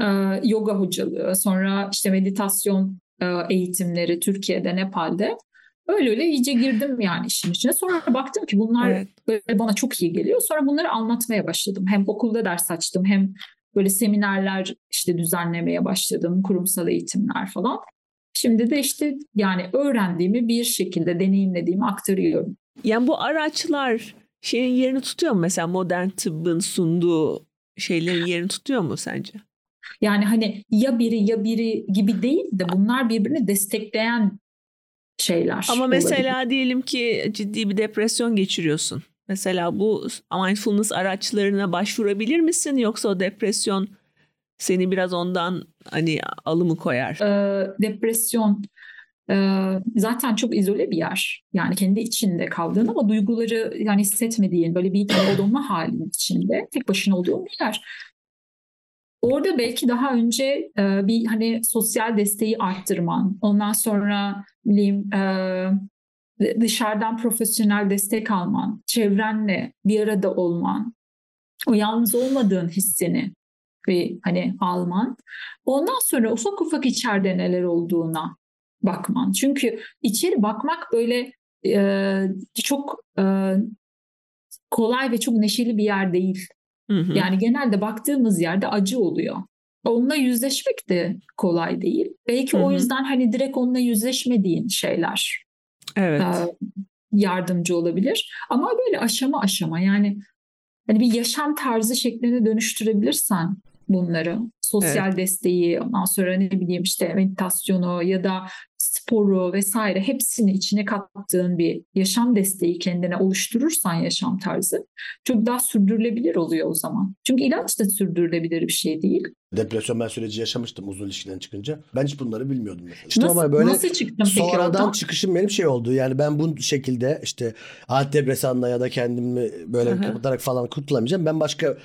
e, yoga hocalığı, sonra işte meditasyon e, eğitimleri Türkiye'de, Nepal'de. Öyle öyle iyice girdim yani işin içine. Sonra baktım ki bunlar
Evet.
böyle bana çok iyi geliyor. Sonra bunları anlatmaya başladım. Hem okulda ders açtım hem böyle seminerler işte düzenlemeye başladım. Kurumsal eğitimler falan. Şimdi de işte yani öğrendiğimi bir şekilde deneyimlediğimi aktarıyorum.
Yani bu araçlar şeyin yerini tutuyor mu? Mesela modern tıbbın sunduğu şeylerin yerini tutuyor mu sence?
Yani hani ya biri ya biri gibi değil de bunlar birbirini destekleyen şeyler.
Ama
Şey olabilir.
mesela diyelim ki ciddi bir depresyon geçiriyorsun. Mesela bu mindfulness araçlarına başvurabilir misin yoksa o depresyon seni biraz ondan hani alımı koyar?
Ee, depresyon e, zaten çok izole bir yer. Yani kendi içinde kaldığın ama duyguları yani hissetmediğin böyle bir tane olma halinin içinde tek başına olduğun bir yer. Orada belki daha önce e, bir hani sosyal desteği arttırman, ondan sonra bileyim e, dışarıdan profesyonel destek alman, çevrenle bir arada olman, o yalnız olmadığın hissini bir hani alman. Ondan sonra ufak ufak içeride neler olduğuna bakman. Çünkü içeri bakmak böyle e, çok e, kolay ve çok neşeli bir yer değil.
Hı hı.
Yani genelde baktığımız yerde acı oluyor. Onunla yüzleşmek de kolay değil. Belki
Hı
o
hı.
yüzden hani direkt onunla yüzleşmediğin şeyler
evet.
e, yardımcı olabilir. Ama böyle aşama aşama yani hani bir yaşam tarzı şeklinde dönüştürebilirsen bunları. Sosyal desteği, ondan sonra ne bileyim işte meditasyonu ya da sporu vesaire hepsini içine kattığın bir yaşam desteği kendine oluşturursan yaşam tarzı çok daha sürdürülebilir oluyor o zaman. Çünkü ilaç da sürdürülebilir bir şey değil.
Depresyon ben süreci yaşamıştım uzun ilişkiden çıkınca. Ben hiç bunları bilmiyordum mesela. İşte
nasıl,
ama böyle
nasıl çıktın peki
sonradan
oradan?
çıkışım benim şey oldu. Yani ben bu şekilde işte antidepresanla ya da kendimi böyle
Hı hı.
kapatarak falan kurtulamayacağım. Ben başka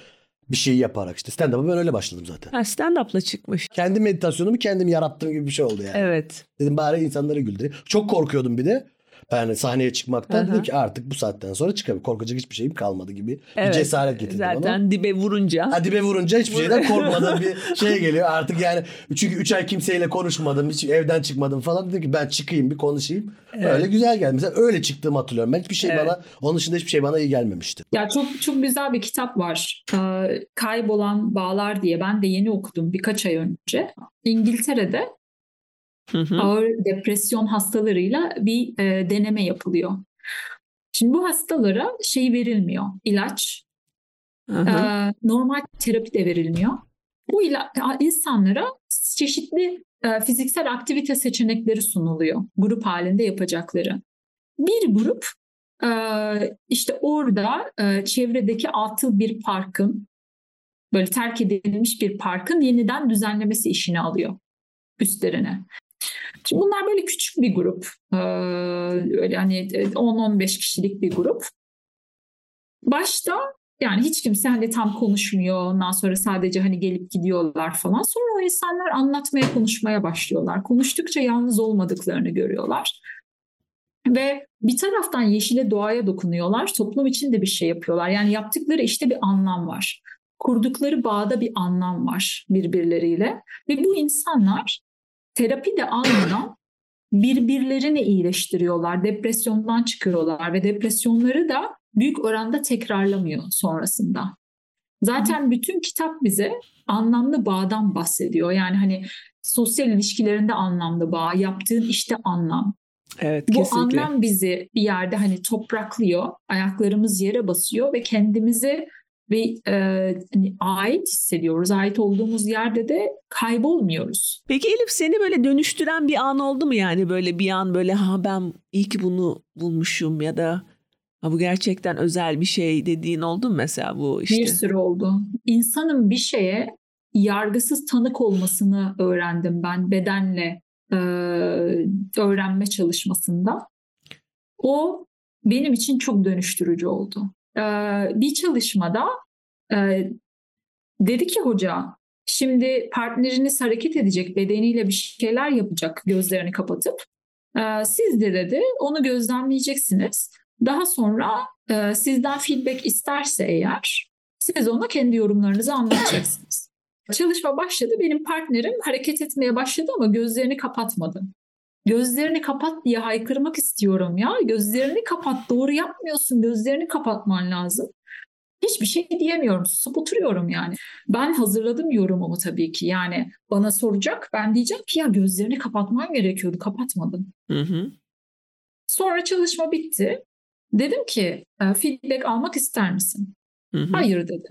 bir şey yaparak işte stand-up'a ben öyle başladım zaten.
Ha, stand-up'la çıkmış.
Kendi meditasyonumu kendim yarattığım gibi bir şey oldu yani.
Evet.
Dedim bari insanları güldüreyim. Çok korkuyordum bir de. Yani sahneye çıkmaktan
Hı hı.
dedim ki artık bu saatten sonra çıkabilirim. Korkacak hiçbir şeyim kalmadı gibi
Evet.
bir cesaret getirdi bana.
Zaten dibe vurunca.
Hadi be vurunca hiçbir
Vur-
şeyden korkmadan bir şey geliyor. Artık yani çünkü 3 ay kimseyle konuşmadım, hiç evden çıkmadım falan. Dedim ki ben çıkayım bir konuşayım. Öyle güzel geldi. Mesela öyle çıktığımı hatırlıyorum. Ben hiçbir şey
Evet.
bana, onun dışında hiçbir şey bana iyi gelmemişti.
Ya çok çok güzel bir kitap var. Ee, Kaybolan Bağlar diye ben de yeni okudum birkaç ay önce. İngiltere'de
Hı hı.
ağır depresyon hastalarıyla bir e, deneme yapılıyor. Şimdi bu hastalara şey verilmiyor, ilaç.
Hı hı.
Ee, normal terapi de verilmiyor. Bu ila- insanlara çeşitli e, fiziksel aktivite seçenekleri sunuluyor. Grup halinde yapacakları. Bir grup e, işte orada e, çevredeki atıl bir parkın böyle terk edilmiş bir parkın yeniden düzenlemesi işini alıyor üstlerine. Şimdi bunlar böyle küçük bir grup. E, öyle hani e, 10-15 kişilik bir grup. Başta yani hiç kimse hani tam konuşmuyor. Ondan sonra sadece hani gelip gidiyorlar falan. Sonra o insanlar anlatmaya, konuşmaya başlıyorlar. Konuştukça yalnız olmadıklarını görüyorlar. Ve bir taraftan yeşile doğaya dokunuyorlar. Toplum için de bir şey yapıyorlar. Yani yaptıkları işte bir anlam var. Kurdukları bağda bir anlam var birbirleriyle. Ve bu insanlar terapi de almadan birbirlerini iyileştiriyorlar. Depresyondan çıkıyorlar ve depresyonları da büyük oranda tekrarlamıyor sonrasında. Zaten bütün kitap bize anlamlı bağdan bahsediyor. Yani hani sosyal ilişkilerinde anlamlı bağ, yaptığın işte anlam.
Evet
Bu
kesinlikle.
anlam bizi bir yerde hani topraklıyor, ayaklarımız yere basıyor ve kendimizi ve e, hani ait hissediyoruz. Ait olduğumuz yerde de kaybolmuyoruz.
Peki Elif seni böyle dönüştüren bir an oldu mu yani böyle bir an böyle ha ben iyi ki bunu bulmuşum ya da ha bu gerçekten özel bir şey dediğin oldu mu mesela bu işte?
Bir sürü oldu. İnsanın bir şeye yargısız tanık olmasını öğrendim ben bedenle e, öğrenme çalışmasında. O benim için çok dönüştürücü oldu. E, bir çalışmada e, dedi ki hoca şimdi partneriniz hareket edecek bedeniyle bir şeyler yapacak gözlerini kapatıp. E, siz de dedi onu gözlemleyeceksiniz. Daha sonra e, sizden feedback isterse eğer siz ona kendi yorumlarınızı anlatacaksınız. Çalışma başladı. Benim partnerim hareket etmeye başladı ama gözlerini kapatmadı. Gözlerini kapat diye haykırmak istiyorum ya. Gözlerini kapat. Doğru yapmıyorsun. Gözlerini kapatman lazım. Hiçbir şey diyemiyorum. Susup oturuyorum yani. Ben hazırladım yorumumu tabii ki. Yani bana soracak. Ben diyeceğim ki ya gözlerini kapatman gerekiyordu. Kapatmadın.
Hı hı.
Sonra çalışma bitti. Dedim ki "E, feedback almak ister misin?
Hı hı.
Hayır dedi.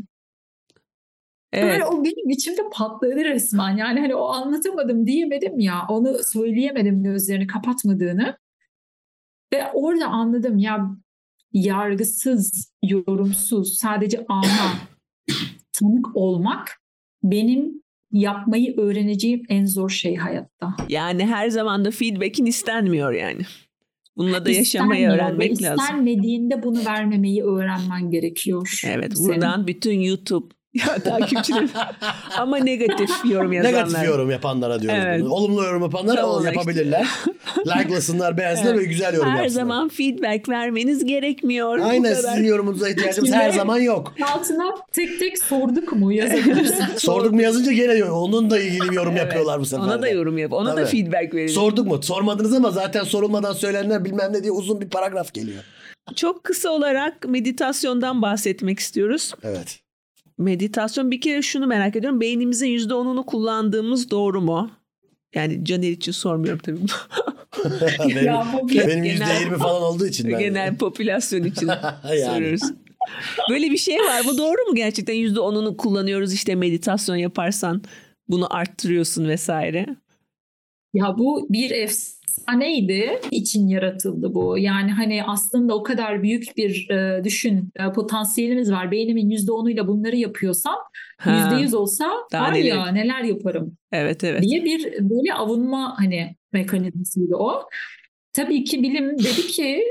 Evet.
Böyle o benim içimde patladı resmen. Yani hani o anlatamadım diyemedim ya. Onu söyleyemedim gözlerini kapatmadığını. Ve orada anladım ya yargısız, yorumsuz, sadece ana tanık olmak benim yapmayı öğreneceğim en zor şey hayatta.
Yani her zaman da feedback'in istenmiyor yani. Bununla da yaşamayı
İstenmiyor ve
öğrenmek lazım.
İstenmediğinde bunu vermemeyi öğrenmen gerekiyor.
Evet
Senin.
buradan bütün YouTube ya takipçilerim ama negatif yorum yazanlar.
Negatif yorum yapanlara diyorum
Evet.
bunu. Olumlu yorum yapanlara
Tam
o
olarak
yapabilirler. Likelasınlar, beğensinler
Evet.
ve güzel yorum
her
yapsınlar.
zaman feedback vermeniz gerekmiyor. Bu
Aynen
kadar.
sizin yorumunuza ihtiyacımız her
Şimdi-
zaman yok.
Altına tek tek sorduk mu yazabilirsin.
Sorduk mu yazınca gene onun da ilgili bir yorum
Evet,
yapıyorlar bu sefer.
Ona da
de.
yorum yap. Ona da
Tabii.
feedback verin.
Sorduk mu? Sormadınız ama zaten sorulmadan söylenenler bilmem ne diye uzun bir paragraf geliyor.
Çok kısa olarak meditasyondan bahsetmek istiyoruz.
Evet.
Meditasyon bir kere şunu merak ediyorum. Beynimizin %10'unu kullandığımız doğru mu? Yani Caner için sormuyorum tabii.
benim
Ya bu
benim
genel-
%20 falan olduğu için ben.
Genel popülasyon için
Yani.
soruyoruz. Böyle bir şey var. Bu doğru mu gerçekten? Yüzde onunu kullanıyoruz işte meditasyon yaparsan bunu arttırıyorsun vesaire.
Ya bu bir efsaneydi. için yaratıldı bu. Yani hani aslında o kadar büyük bir e, düşün e, potansiyelimiz var. Beynimin %10'uyla bunları yapıyorsam
Ha,
%100 olsa
Daha
var
neler-
ya neler yaparım
Evet evet.
diye bir böyle avunma hani mekanizmasıydı o. Tabii ki bilim dedi ki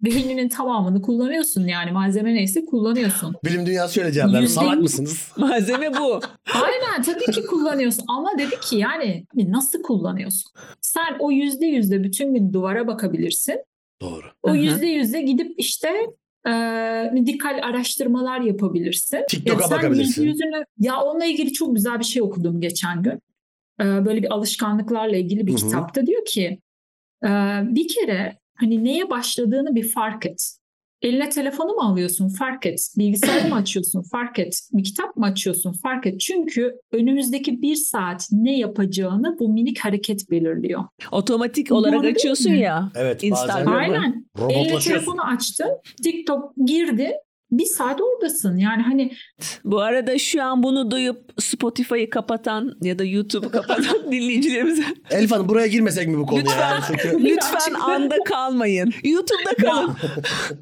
beyninin tamamını kullanıyorsun yani malzeme neyse kullanıyorsun.
Bilim dünyası şöyle cevap vermiş.
Yüzde-
Salak mısınız?
Malzeme bu.
Aynen tabii ki kullanıyorsun ama dedi ki yani hani, nasıl kullanıyorsun? Sen o yüzde yüzde bütün gün duvara bakabilirsin.
Doğru.
Hı
O
hı.
yüzde yüzde gidip işte e, medikal araştırmalar yapabilirsin.
E,
TikTok'a
sen
bakabilirsin.
yüzde yüzünü- ya onunla ilgili çok güzel bir şey okudum geçen gün. E, böyle bir alışkanlıklarla ilgili bir
Hı hı.
kitapta diyor ki e, bir kere hani neye başladığını bir fark et. Eline telefonu mu alıyorsun? Fark et. Bilgisayarı mı açıyorsun? Fark et. Bir kitap mı açıyorsun? Fark et. Çünkü önümüzdeki bir saat ne yapacağını bu minik hareket belirliyor.
Otomatik
Bu
olarak
doğru değil
açıyorsun
mi?
ya.
Evet
Instagram.
bazen
Aynen. Eline
robotlaşıyorsun.
telefonu açtın. TikTok girdi. Bir saat oradasın. Yani hani
Bu arada şu an bunu duyup Spotify'ı kapatan ya da YouTube'u kapatan dinleyicilerimize
Elif Hanım buraya girmesek mi bu konuya?
Lütfen.
Yani çünkü
lütfen
Açık.
anda kalmayın. YouTube'da kalın.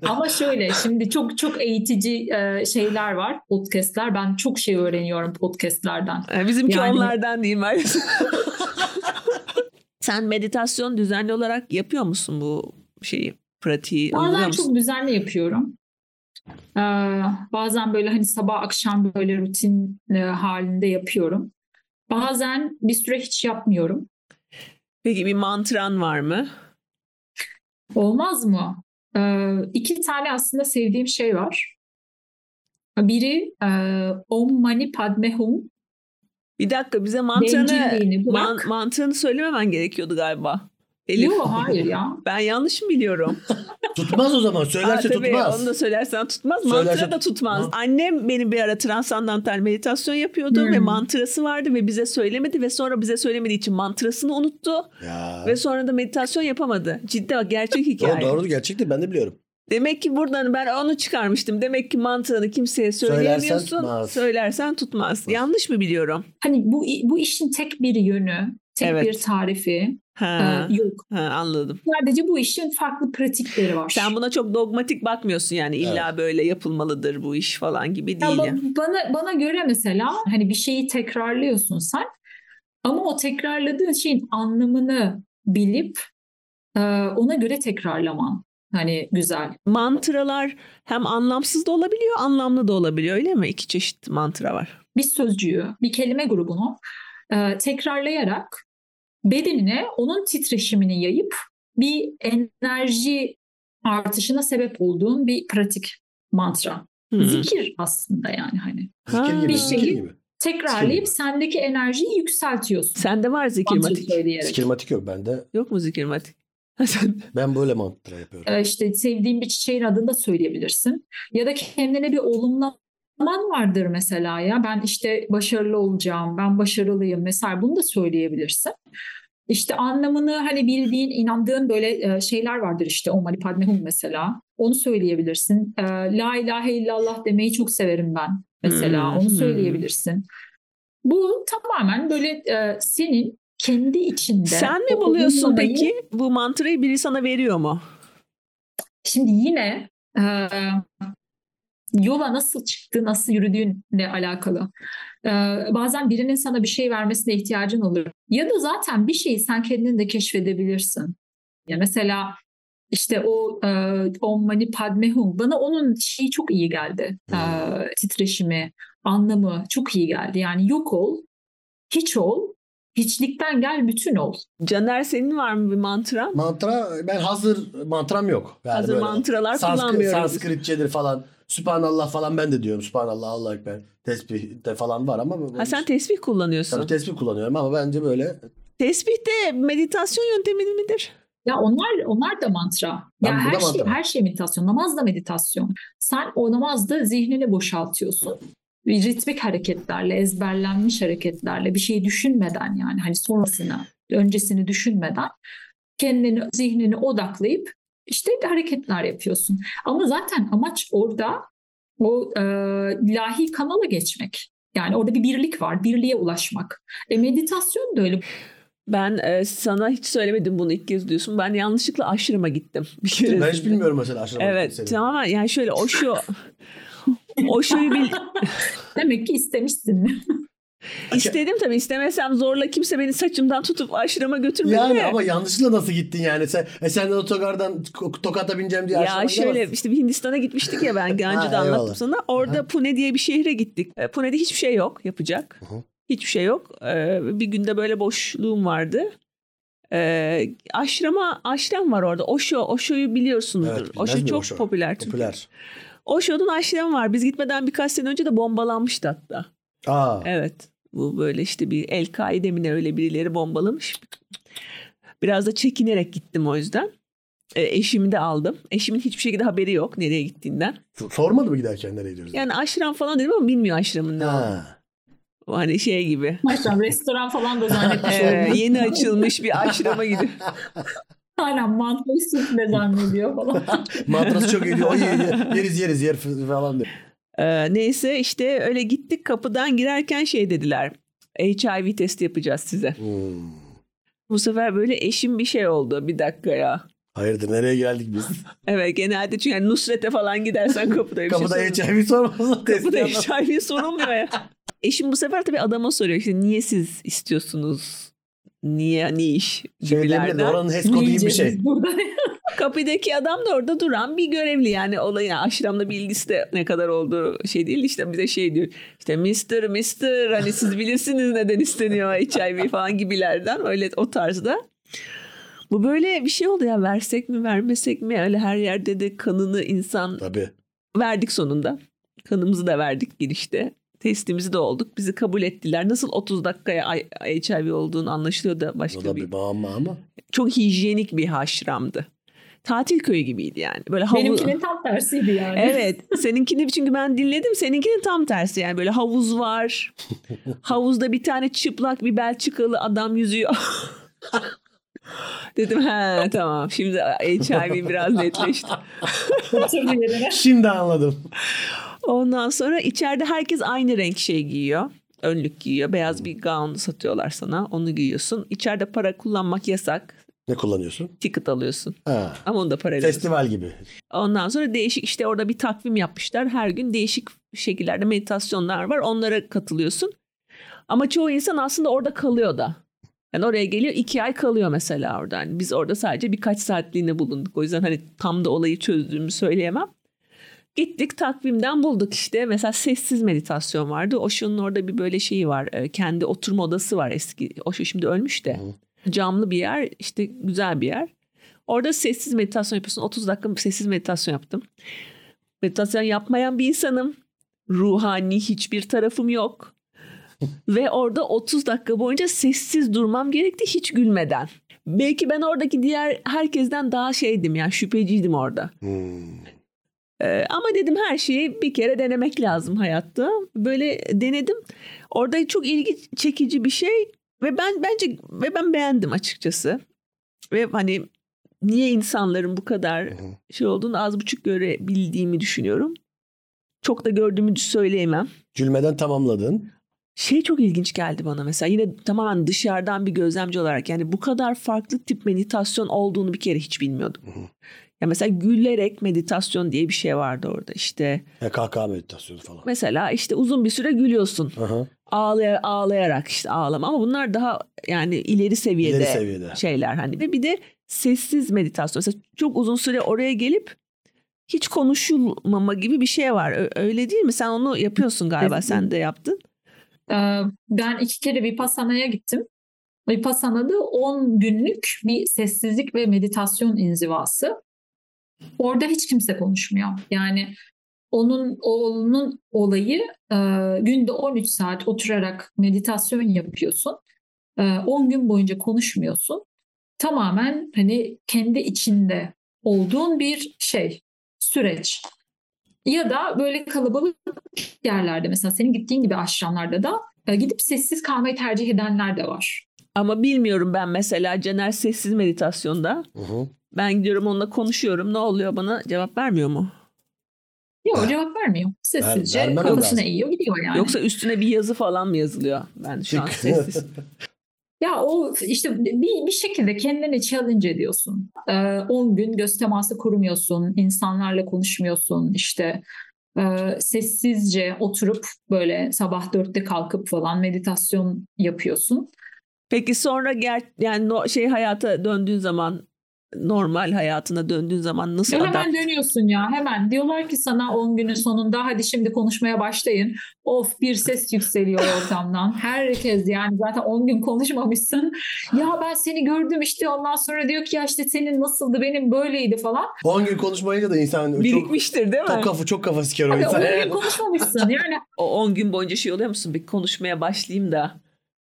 ama şöyle şimdi çok çok eğitici e, şeyler var podcastler. Ben çok şey öğreniyorum podcastlerden.
Ee, Bizimki
Yani-
onlardan değil maalesef. Sen meditasyon düzenli olarak yapıyor musun bu şeyi? Pratiği uyguluyor
Bazen
musun?
çok düzenli yapıyorum. Ee, bazen böyle hani sabah akşam böyle rutin e, halinde yapıyorum. Bazen bir süre hiç yapmıyorum.
Peki bir mantran var mı?
Olmaz mı? Ee, iki tane aslında sevdiğim şey var. Biri e, Om Mani Padme Hum.
Bir dakika bize mantranı
Bencilliğini bırak.
man- mantranı söylememen gerekiyordu galiba. Elif.
Yok hayır ya.
Ben yanlış mı biliyorum?
tutmaz o zaman.
Aa,
Söylerse
tabii
tutmaz.
onu da söylersen tutmaz.
Söylerse-
Mantra da tutmaz.
Hı.
Annem beni bir ara transandantal meditasyon yapıyordu
Hmm.
ve mantrası vardı ve bize söylemedi ve sonra bize söylemediği için mantrasını unuttu
Ya.
ve sonra da meditasyon yapamadı. Ciddi bak gerçek hikaye.
Doğru, doğru gerçektir ben de biliyorum.
Demek ki buradan ben onu çıkarmıştım. Demek ki mantığını kimseye
Söylersen
söyleyemiyorsun. Söylersen tutmaz.
tutmaz.
tutmaz. Yanlış mı biliyorum?
Hani bu bu işin tek bir yönü, tek
Evet.
bir tarifi e,
Ha,
yok.
ha, anladım.
Sadece bu işin farklı pratikleri var.
Sen buna çok dogmatik bakmıyorsun yani illa böyle yapılmalıdır bu iş falan gibi
Ya
değil.
ba-
yani.
bana bana göre mesela hani bir şeyi tekrarlıyorsun sen ama o tekrarladığın şeyin anlamını bilip e, ona göre tekrarlaman hani güzel.
Mantralar hem anlamsız da olabiliyor, anlamlı da olabiliyor öyle mi? İki çeşit mantra var.
Bir sözcüğü, bir kelime grubunu e, tekrarlayarak bedenine onun titreşimini yayıp bir enerji artışına sebep olduğun bir pratik mantra.
Hmm.
Zikir aslında yani hani.
Ha.
Zikir gibi,
Bir
zikir
şeyi-
gibi.
Tekrarlayıp sendeki enerjiyi yükseltiyorsun.
Sende var
Mantra
zikirmatik.
söyleyerek.
Skirmatik yok bende.
Yok mu zikirmatik? Ha, sen-
Ben böyle mantıkla yapıyorum.
Ee, işte sevdiğin bir çiçeğin adını da söyleyebilirsin. Ya da kendine bir olumlaman vardır mesela ya. Ben işte başarılı olacağım, ben başarılıyım mesela bunu da söyleyebilirsin. İşte anlamını hani bildiğin, inandığın böyle e, şeyler vardır işte. Om Mani Padme Hum mesela. Onu söyleyebilirsin. Ee, La ilahe illallah demeyi çok severim ben mesela.
Hmm,
Onu
hmm.
söyleyebilirsin. Bu tamamen böyle e, senin kendi içinde.
Sen
o
mi buluyorsun
olumlamayı-
peki? Bu mantrayı biri sana veriyor mu?
Şimdi yine e, yola nasıl çıktığı, nasıl yürüdüğünle alakalı. E, bazen birinin sana bir şey vermesine ihtiyacın olur. Ya da zaten bir şeyi sen kendin de keşfedebilirsin. Ya mesela işte o e, Om Mani Padme Hum bana onun şeyi çok iyi geldi. E, titreşimi, anlamı çok iyi geldi. Yani yok ol, hiç ol, hiçlikten gel bütün ol.
Caner senin var mı bir mantran?
Mantra ben hazır mantram yok. Yani
Hazır
böyle
mantralar
Sanskrit-
kullanmıyorum.
Sanskritçedir falan. Sübhanallah falan ben de diyorum. Sübhanallah, Allah Ekber. Tesbih de falan var ama.
Ha sen tesbih kullanıyorsun.
Tabii tesbih kullanıyorum ama bence böyle
Tesbih de meditasyon yöntemi midir?
Ya onlar onlar da mantra.
Ben
ya
bu da
her şey
mantra.
her şey meditasyon. Namaz da meditasyon. Sen o namazda zihnini boşaltıyorsun. Bir Ritmik hareketlerle, ezberlenmiş hareketlerle bir şeyi düşünmeden yani hani sonrasını, öncesini düşünmeden kendini, zihnini odaklayıp işte hareketler yapıyorsun. Ama zaten amaç orada o e, ilahi kanala geçmek. Yani orada bir birlik var, birliğe ulaşmak. E meditasyon da öyle.
Ben e, sana hiç söylemedim bunu ilk kez diyorsun. Ben yanlışlıkla aşırıma gittim bir kere.
Ben hiç bilmiyorum mesela aşırı
Evet tamamen yani şöyle o şu o şuyu bil
Demek ki istemişsin.
istedim tabii istemesem zorla kimse beni saçımdan tutup aşırıma götürmedi
Yani
de.
ama yanlışlıkla nasıl gittin yani? Sen, e sen de otogardan ko- tokata bineceğim diye
Ya
aşırıma
şöyle
gidemezsin.
işte bir Hindistan'a gitmiştik ya ben daha önce de
Ha, eyvallah.
anlattım sana. Orada Pune diye bir şehre gittik. E, Pune'de hiçbir şey yok yapacak.
Hı hı.
Hiçbir şey yok. E, Bir günde böyle boşluğum vardı. E, aşrama aşram var orada. Osho, Osho'yu biliyorsunuzdur.
Evet, bilmez
Osho
miyim
çok
Osho?
popüler. Türkiye'de.
Popüler.
Osho'nun aşramı var. Biz gitmeden birkaç sene önce de bombalanmıştı hatta.
Aa.
Evet. Bu böyle işte bir El Kaide mi ne öyle birileri bombalamış. Biraz da çekinerek gittim o yüzden. E, eşimi de aldım. Eşimin hiçbir şekilde haberi yok nereye gittiğinden.
Sormadı mı giderken nereye gidiyoruz?
Yani aşram falan dedim ama bilmiyor aşramın ne. olduğunu.
Ha.
Hani şey gibi.
Maşallah restoran falan da zannetmiş
e,
şey
oldum.
yeni açılmış bir aşrama gibi.
Aynen mantıklı süt de zannediyor falan.
Matrası çok iyi diyor. "Ay, Yeriz yeriz yer falan diyor.
E, neyse işte öyle gittik kapıdan girerken şey dediler. HIV testi yapacağız size.
Hmm.
Bu sefer böyle eşim bir şey oldu. Bir dakika ya.
Hayırdır nereye geldik biz?
şey Evet genelde çünkü yani Nusret'e falan gidersen kapıda bir şey
Kapıda
sorulmaz.
HIV sormasın.
Kapıda HIV sorulmuyor ya. Eşim bu sefer tabii adama soruyor işte niye siz istiyorsunuz? Niye, ne iş
Şey diyebilir de
gibilerden.
oranın HES kodu gibi bir şey.
Yiyeceğiz Burada
Kapıdaki adam da orada duran bir görevli yani olayın yani aşramda bilgisi de ne kadar olduğu şey değil işte bize şey diyor işte mister mister hani siz bilirsiniz neden isteniyor HIV falan gibilerden öyle o tarzda. Bu böyle bir şey oldu ya versek mi vermesek mi öyle her yerde de kanını insan
Tabii.
verdik sonunda. Kanımızı da verdik girişte. Testimizi de olduk. Bizi kabul ettiler. Nasıl 30 dakikaya I- HIV olduğunu anlaşılıyor da
O
başka
da
bir...
bir bağımlı ama.
Çok hijyenik bir haşramdı. Tatil köyü gibiydi yani. Böyle havlu...
benimkinin tam tersiydi yani.
Evet. Seninkini çünkü ben dinledim. Seninkinin tam tersi yani. Böyle havuz var. Havuzda bir tane çıplak bir Belçikalı adam yüzüyor. Dedim he tamam. Şimdi HIV biraz netleşti.
Oturdu yerine.
Şimdi anladım.
Ondan sonra içeride herkes aynı renk şey giyiyor. Önlük giyiyor. Beyaz bir gown satıyorlar sana. Onu giyiyorsun. İçeride para kullanmak yasak.
Ne kullanıyorsun?
Ticket alıyorsun.
Ha.
Ama onu da parayla. alıyorsun.
Festival gibi.
Ondan sonra değişik işte orada bir takvim yapmışlar. Her gün değişik şekillerde meditasyonlar var. Onlara katılıyorsun. Ama çoğu insan aslında orada kalıyor da. Yani oraya geliyor iki ay kalıyor mesela orada. Yani biz orada sadece birkaç saatliğine bulunduk. O yüzden hani tam da olayı çözdüğümü söyleyemem. Gittik takvimden bulduk işte. Mesela sessiz meditasyon vardı. Osho'nun orada bir böyle şeyi var. e, Kendi oturma odası var eski. Osho şimdi ölmüş de. Camlı bir yer işte güzel bir yer. Orada sessiz meditasyon yapıyorsun. 30 dakika sessiz meditasyon yaptım. Meditasyon yapmayan bir insanım. Ruhani hiçbir tarafım yok. Ve orada 30 dakika boyunca sessiz durmam gerekti hiç gülmeden. Belki ben oradaki diğer herkesten daha şeydim yani şüpheciydim orada.
Hmm.
Ee, ama dedim her şeyi bir kere denemek lazım hayatta. Böyle denedim. Orada çok ilgi çekici bir şey ve ben bence ve ben beğendim açıkçası. Ve hani niye insanların bu kadar
Hı hı.
şey olduğunu az buçuk görebildiğimi düşünüyorum. Çok da gördüğümü söyleyemem.
Gülmeden tamamladın.
Şey çok ilginç geldi bana mesela yine tamamen dışarıdan bir gözlemci olarak yani bu kadar farklı tip meditasyon olduğunu bir kere hiç bilmiyordum.
Hı hı.
Ya mesela gülerek meditasyon diye bir şey vardı orada işte.
Ya kahkaha meditasyonu falan.
Mesela işte uzun bir süre gülüyorsun.
Aha.
Ağlaya, ağlayarak işte ağlama ama bunlar daha yani ileri seviyede,
İleri seviyede.
şeyler hani. Ve bir de sessiz meditasyon. Mesela çok uzun süre oraya gelip hiç konuşulmama gibi bir şey var. Ö- Öyle değil mi? Sen onu yapıyorsun galiba.
Kesin.
Sen de yaptın.
Ee, Ben iki kere Vipassana'ya gittim. Vipassana'da 10 günlük bir sessizlik ve meditasyon inzivası. Orada hiç kimse konuşmuyor. Yani onun oğlunun olayı e, günde 13 saat oturarak meditasyon yapıyorsun. E, 10 gün boyunca konuşmuyorsun. Tamamen hani kendi içinde olduğun bir şey, süreç. Ya da böyle kalabalık yerlerde mesela senin gittiğin gibi aşramlarda da e, gidip sessiz kalmayı tercih edenler de var.
Ama bilmiyorum ben mesela Cener sessiz meditasyonda.
Hı hı.
Ben gidiyorum onunla konuşuyorum. Ne oluyor bana? Cevap vermiyor mu?
Yok cevap vermiyor. Sessizce
vermem
kafasına
lazım.
eğiyor gidiyor yani.
Yoksa üstüne bir yazı falan mı yazılıyor? Ben şu an sessiz.
Ya o işte bir, bir şekilde kendini challenge ediyorsun. Ee, 10 gün göz teması kurmuyorsun, insanlarla konuşmuyorsun işte. Ee, sessizce oturup böyle sabah dörtte kalkıp falan meditasyon yapıyorsun.
Peki sonra ger yani no- şey hayata döndüğün zaman normal hayatına döndüğün zaman nasıl
Ya
adam?
hemen dönüyorsun ya hemen. Diyorlar ki sana 10 günün sonunda hadi şimdi konuşmaya başlayın. Of bir ses yükseliyor ortamdan. Herkes yani zaten 10 gün konuşmamışsın. Ya ben seni gördüm işte ondan sonra diyor ki ya işte senin nasıldı benim böyleydi falan.
10 gün konuşmayınca da insan hani çok,
Birikmiştir değil mi?
çok kafa çok kafa siker o
Tabii
insan.
onunla konuşmamışsın. Yani
O 10 gün boyunca şey oluyor musun? Bir konuşmaya başlayayım da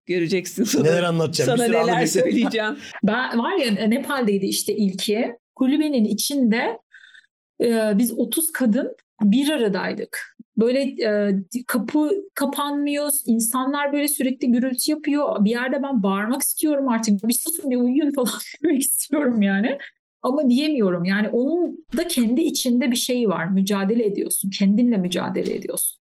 göreceksin sonra.
Neler anlatacağım? Bir
sana
sürü
neler
anlatacağım.
söyleyeceğim.
ben var ya Nepal'deydi işte ilki. Kulübenin içinde e, biz 30 kadın bir aradaydık. Böyle e, kapı kapanmıyor. insanlar böyle sürekli gürültü yapıyor. Bir yerde ben bağırmak istiyorum artık. Bir susun bir uyuyun falan demek istiyorum yani. Ama diyemiyorum yani onun da kendi içinde bir şey var. Mücadele ediyorsun. Kendinle mücadele ediyorsun.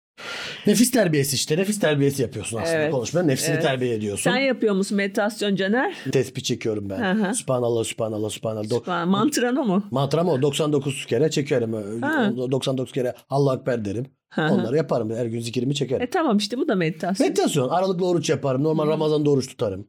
Nefis terbiyesi işte. Nefis terbiyesi yapıyorsun aslında
Evet.
konuşma. Nefsini
Evet.
terbiye ediyorsun.
Sen yapıyor musun meditasyon Caner?
Tespih çekiyorum ben.
Hı hı.
Sübhanallah, sübhanallah, sübhanallah. Do-
Falan. Mantran o mu?
Mantram o 99 kere çekerim.
Ha.
99 kere Allah Ekber derim.
Hı hı.
Onları yaparım. Her gün zikrimi çekerim.
E tamam işte bu da meditasyon.
Meditasyon. Aralıklı oruç yaparım. Normal Ramazan'da oruç tutarım.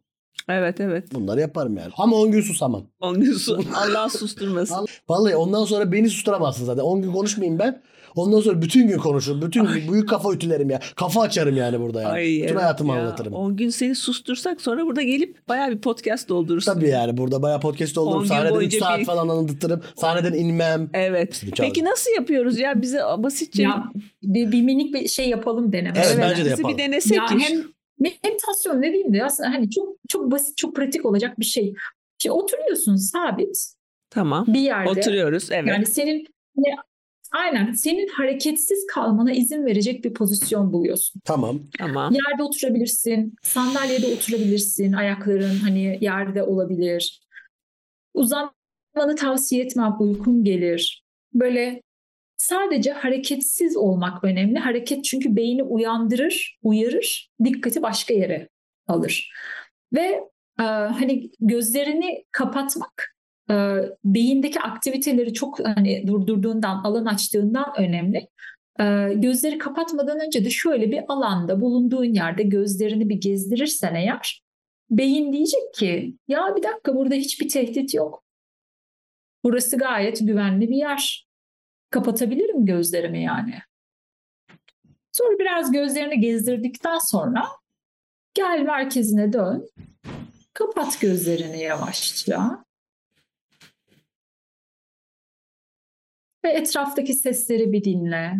evet evet.
Bunları yaparım yani. Ama 10 gün susamam.
10 gün su- Allah susturmasın.
Vallahi ondan sonra beni susturamazsın zaten. 10 gün konuşmayayım ben. Ondan sonra bütün gün konuşurum. Bütün gün büyük kafa ütülerim ya. Kafa açarım yani burada yani.
Ay,
bütün
evet
hayatımı
ya.
anlatırım.
10 gün seni sustursak sonra burada gelip bayağı bir podcast doldurursun.
Tabii yani burada bayağı podcast
10
olurum.
gün
Sahneden 3
boyunca
saat
bir-
falan anlatırım. Sahneden inmem.
Evet.
Hepsini
Peki
çaldım.
nasıl yapıyoruz ya? Bize basitçe
Ya bir, bir minik bir şey yapalım deneme.
Evet,
Şöyle.
bence de
bizi
yapalım.
bir denesek
Ya
iş.
hem meditasyon dediğimde aslında hani çok çok basit, çok pratik olacak bir şey. Şimdi oturuyorsun sabit
Tamam.
bir yerde.
Oturuyoruz evet.
Yani senin ne- aynen senin hareketsiz kalmana izin verecek bir pozisyon buluyorsun.
Tamam.
tamam.
Yerde oturabilirsin, sandalyede oturabilirsin, ayakların hani yerde olabilir. Uzanmanı tavsiye etmem, uykum gelir. Böyle sadece hareketsiz olmak önemli. Hareket çünkü beyni uyandırır, uyarır, dikkati başka yere alır. Ve e, hani gözlerini kapatmak e, beyindeki aktiviteleri çok hani durdurduğundan, alan açtığından önemli. Ee, gözleri kapatmadan önce de şöyle bir alanda bulunduğun yerde gözlerini bir gezdirirsen eğer beyin diyecek ki ya bir dakika burada hiçbir tehdit yok. Burası gayet güvenli bir yer. Kapatabilirim gözlerimi yani. Sonra biraz gözlerini gezdirdikten sonra gel merkezine dön. Kapat gözlerini yavaşça. Ve etraftaki sesleri bir dinle.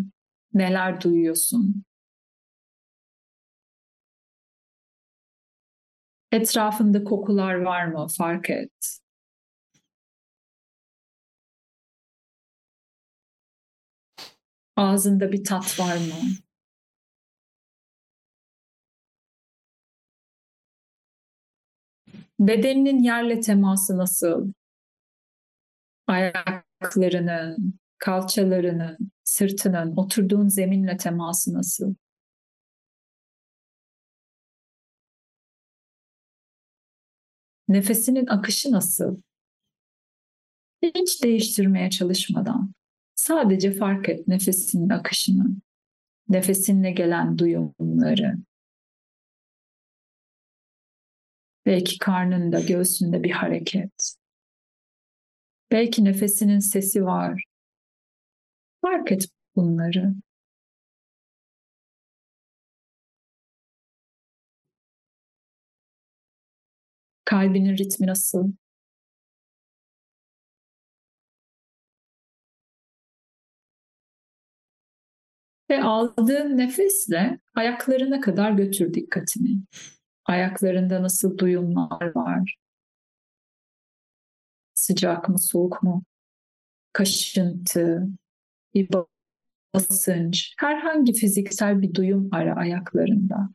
Neler duyuyorsun? Etrafında kokular var mı? Fark et. Ağzında bir tat var mı? Bedeninin yerle teması nasıl? Ayaklarının, kalçalarının, sırtının, oturduğun zeminle teması nasıl? Nefesinin akışı nasıl? Hiç değiştirmeye çalışmadan sadece fark et nefesinin akışını, nefesinle gelen duyumları. Belki karnında, göğsünde bir hareket. Belki nefesinin sesi var. Fark et bunları. Kalbinin ritmi nasıl? Ve aldığın nefesle ayaklarına kadar götür dikkatini. Ayaklarında nasıl duyumlar var? Sıcak mı, soğuk mu? Kaşıntı, bir basınç, herhangi fiziksel bir duyum ara ayaklarında.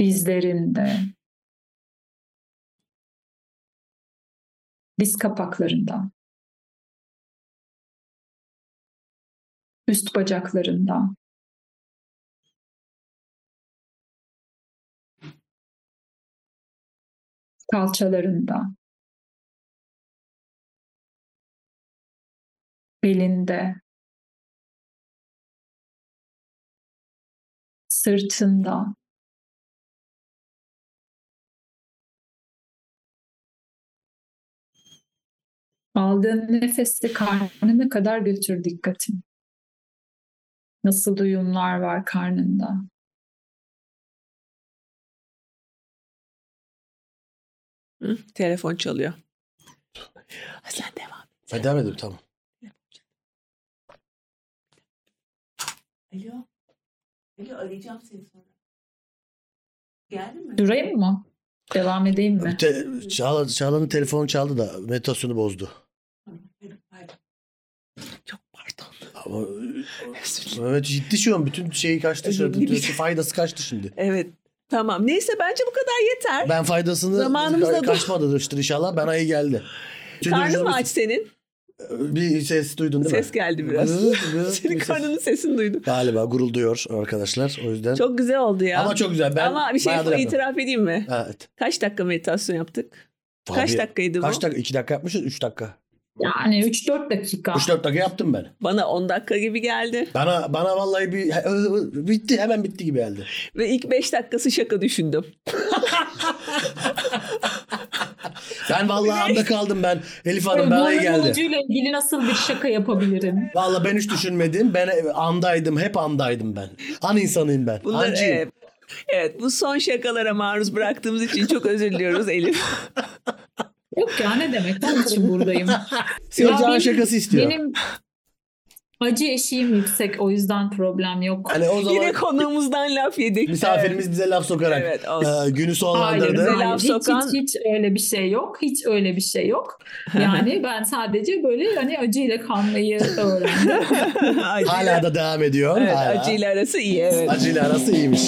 Dizlerinde. diz kapaklarından, üst bacaklarından, kalçalarından, belinde, sırtında, aldığın nefeste karnına kadar götür dikkatini. Nasıl duyumlar var karnında?
Hı, telefon çalıyor. Ha, Sen devam.
Ben devam edelim tamam.
Alo. Alo arayacağım seni sonra. Geldin mi?
Durayım mı? Devam edeyim mi?
Te- Çağla, Çağla'nın telefonu çaldı da meditasyonu bozdu.
Çok pardon.
Ama
Özür dilerim.
Mehmet ciddi şu an bütün şeyi kaçtı.
Özür
Şöyle,
dilerim.
bütün şey- faydası kaçtı şimdi.
Evet. Tamam. Neyse bence bu kadar yeter.
Ben faydasını
Zamanımız da
ka- kaçmadı işte inşallah. Ben ayı geldi. Çünkü
Karnın mı
vücudumuz-
aç senin?
Bir ses duydun değil mi?
Ses geldi biraz.
Gırıl gırıl
Senin
bir ses.
karnının sesini duydum.
Galiba gurulduyor arkadaşlar. O yüzden.
Çok güzel oldu ya.
Ama çok güzel. Ben
Ama bir şey
bayağıdır yapmıyorum.
itiraf edeyim mi?
Evet.
Kaç dakika meditasyon yaptık? Kaç
Abi,
dakikaydı bu?
Kaç dakika? 2 dakika yapmışız 3 dakika.
Yani 3-4 dakika.
3-4 dakika yaptım ben.
Bana 10 dakika gibi geldi.
Bana bana vallahi bir bitti hemen bitti gibi geldi.
Ve ilk 5 dakikası şaka düşündüm.
Ben vallahi anda kaldım ben. Elif Hanım
Böyle
bana iyi
boynun
geldi.
ucuyla ilgili nasıl bir şaka yapabilirim?
Vallahi ben hiç düşünmedim. Ben e, andaydım. Hep andaydım ben. An insanıyım ben.
Bunlar e,
Ancıyım.
evet, evet bu son şakalara maruz bıraktığımız için çok özür diliyoruz Elif.
Yok ya ne demek onun için buradayım.
Seyirci
Ya
an
benim-
şakası istiyor.
Benim acı eşiğim yüksek o yüzden problem yok.
Hani o zaman
Yine konuğumuzdan laf yedik.
misafirimiz bize laf sokarak
Evet, olsun.
e, günü
Hayır,
sonlandırdı.
Bize
hayır,
laf
hiç,
sokan-
hiç, hiç öyle bir şey yok. Hiç öyle bir şey yok. Yani ben sadece böyle hani acıyla kalmayı öğrendim.
Acıyla-
Hala da devam ediyor.
evet,
Hala.
acıyla arası iyi evet.
Acıyla arası iyiymiş.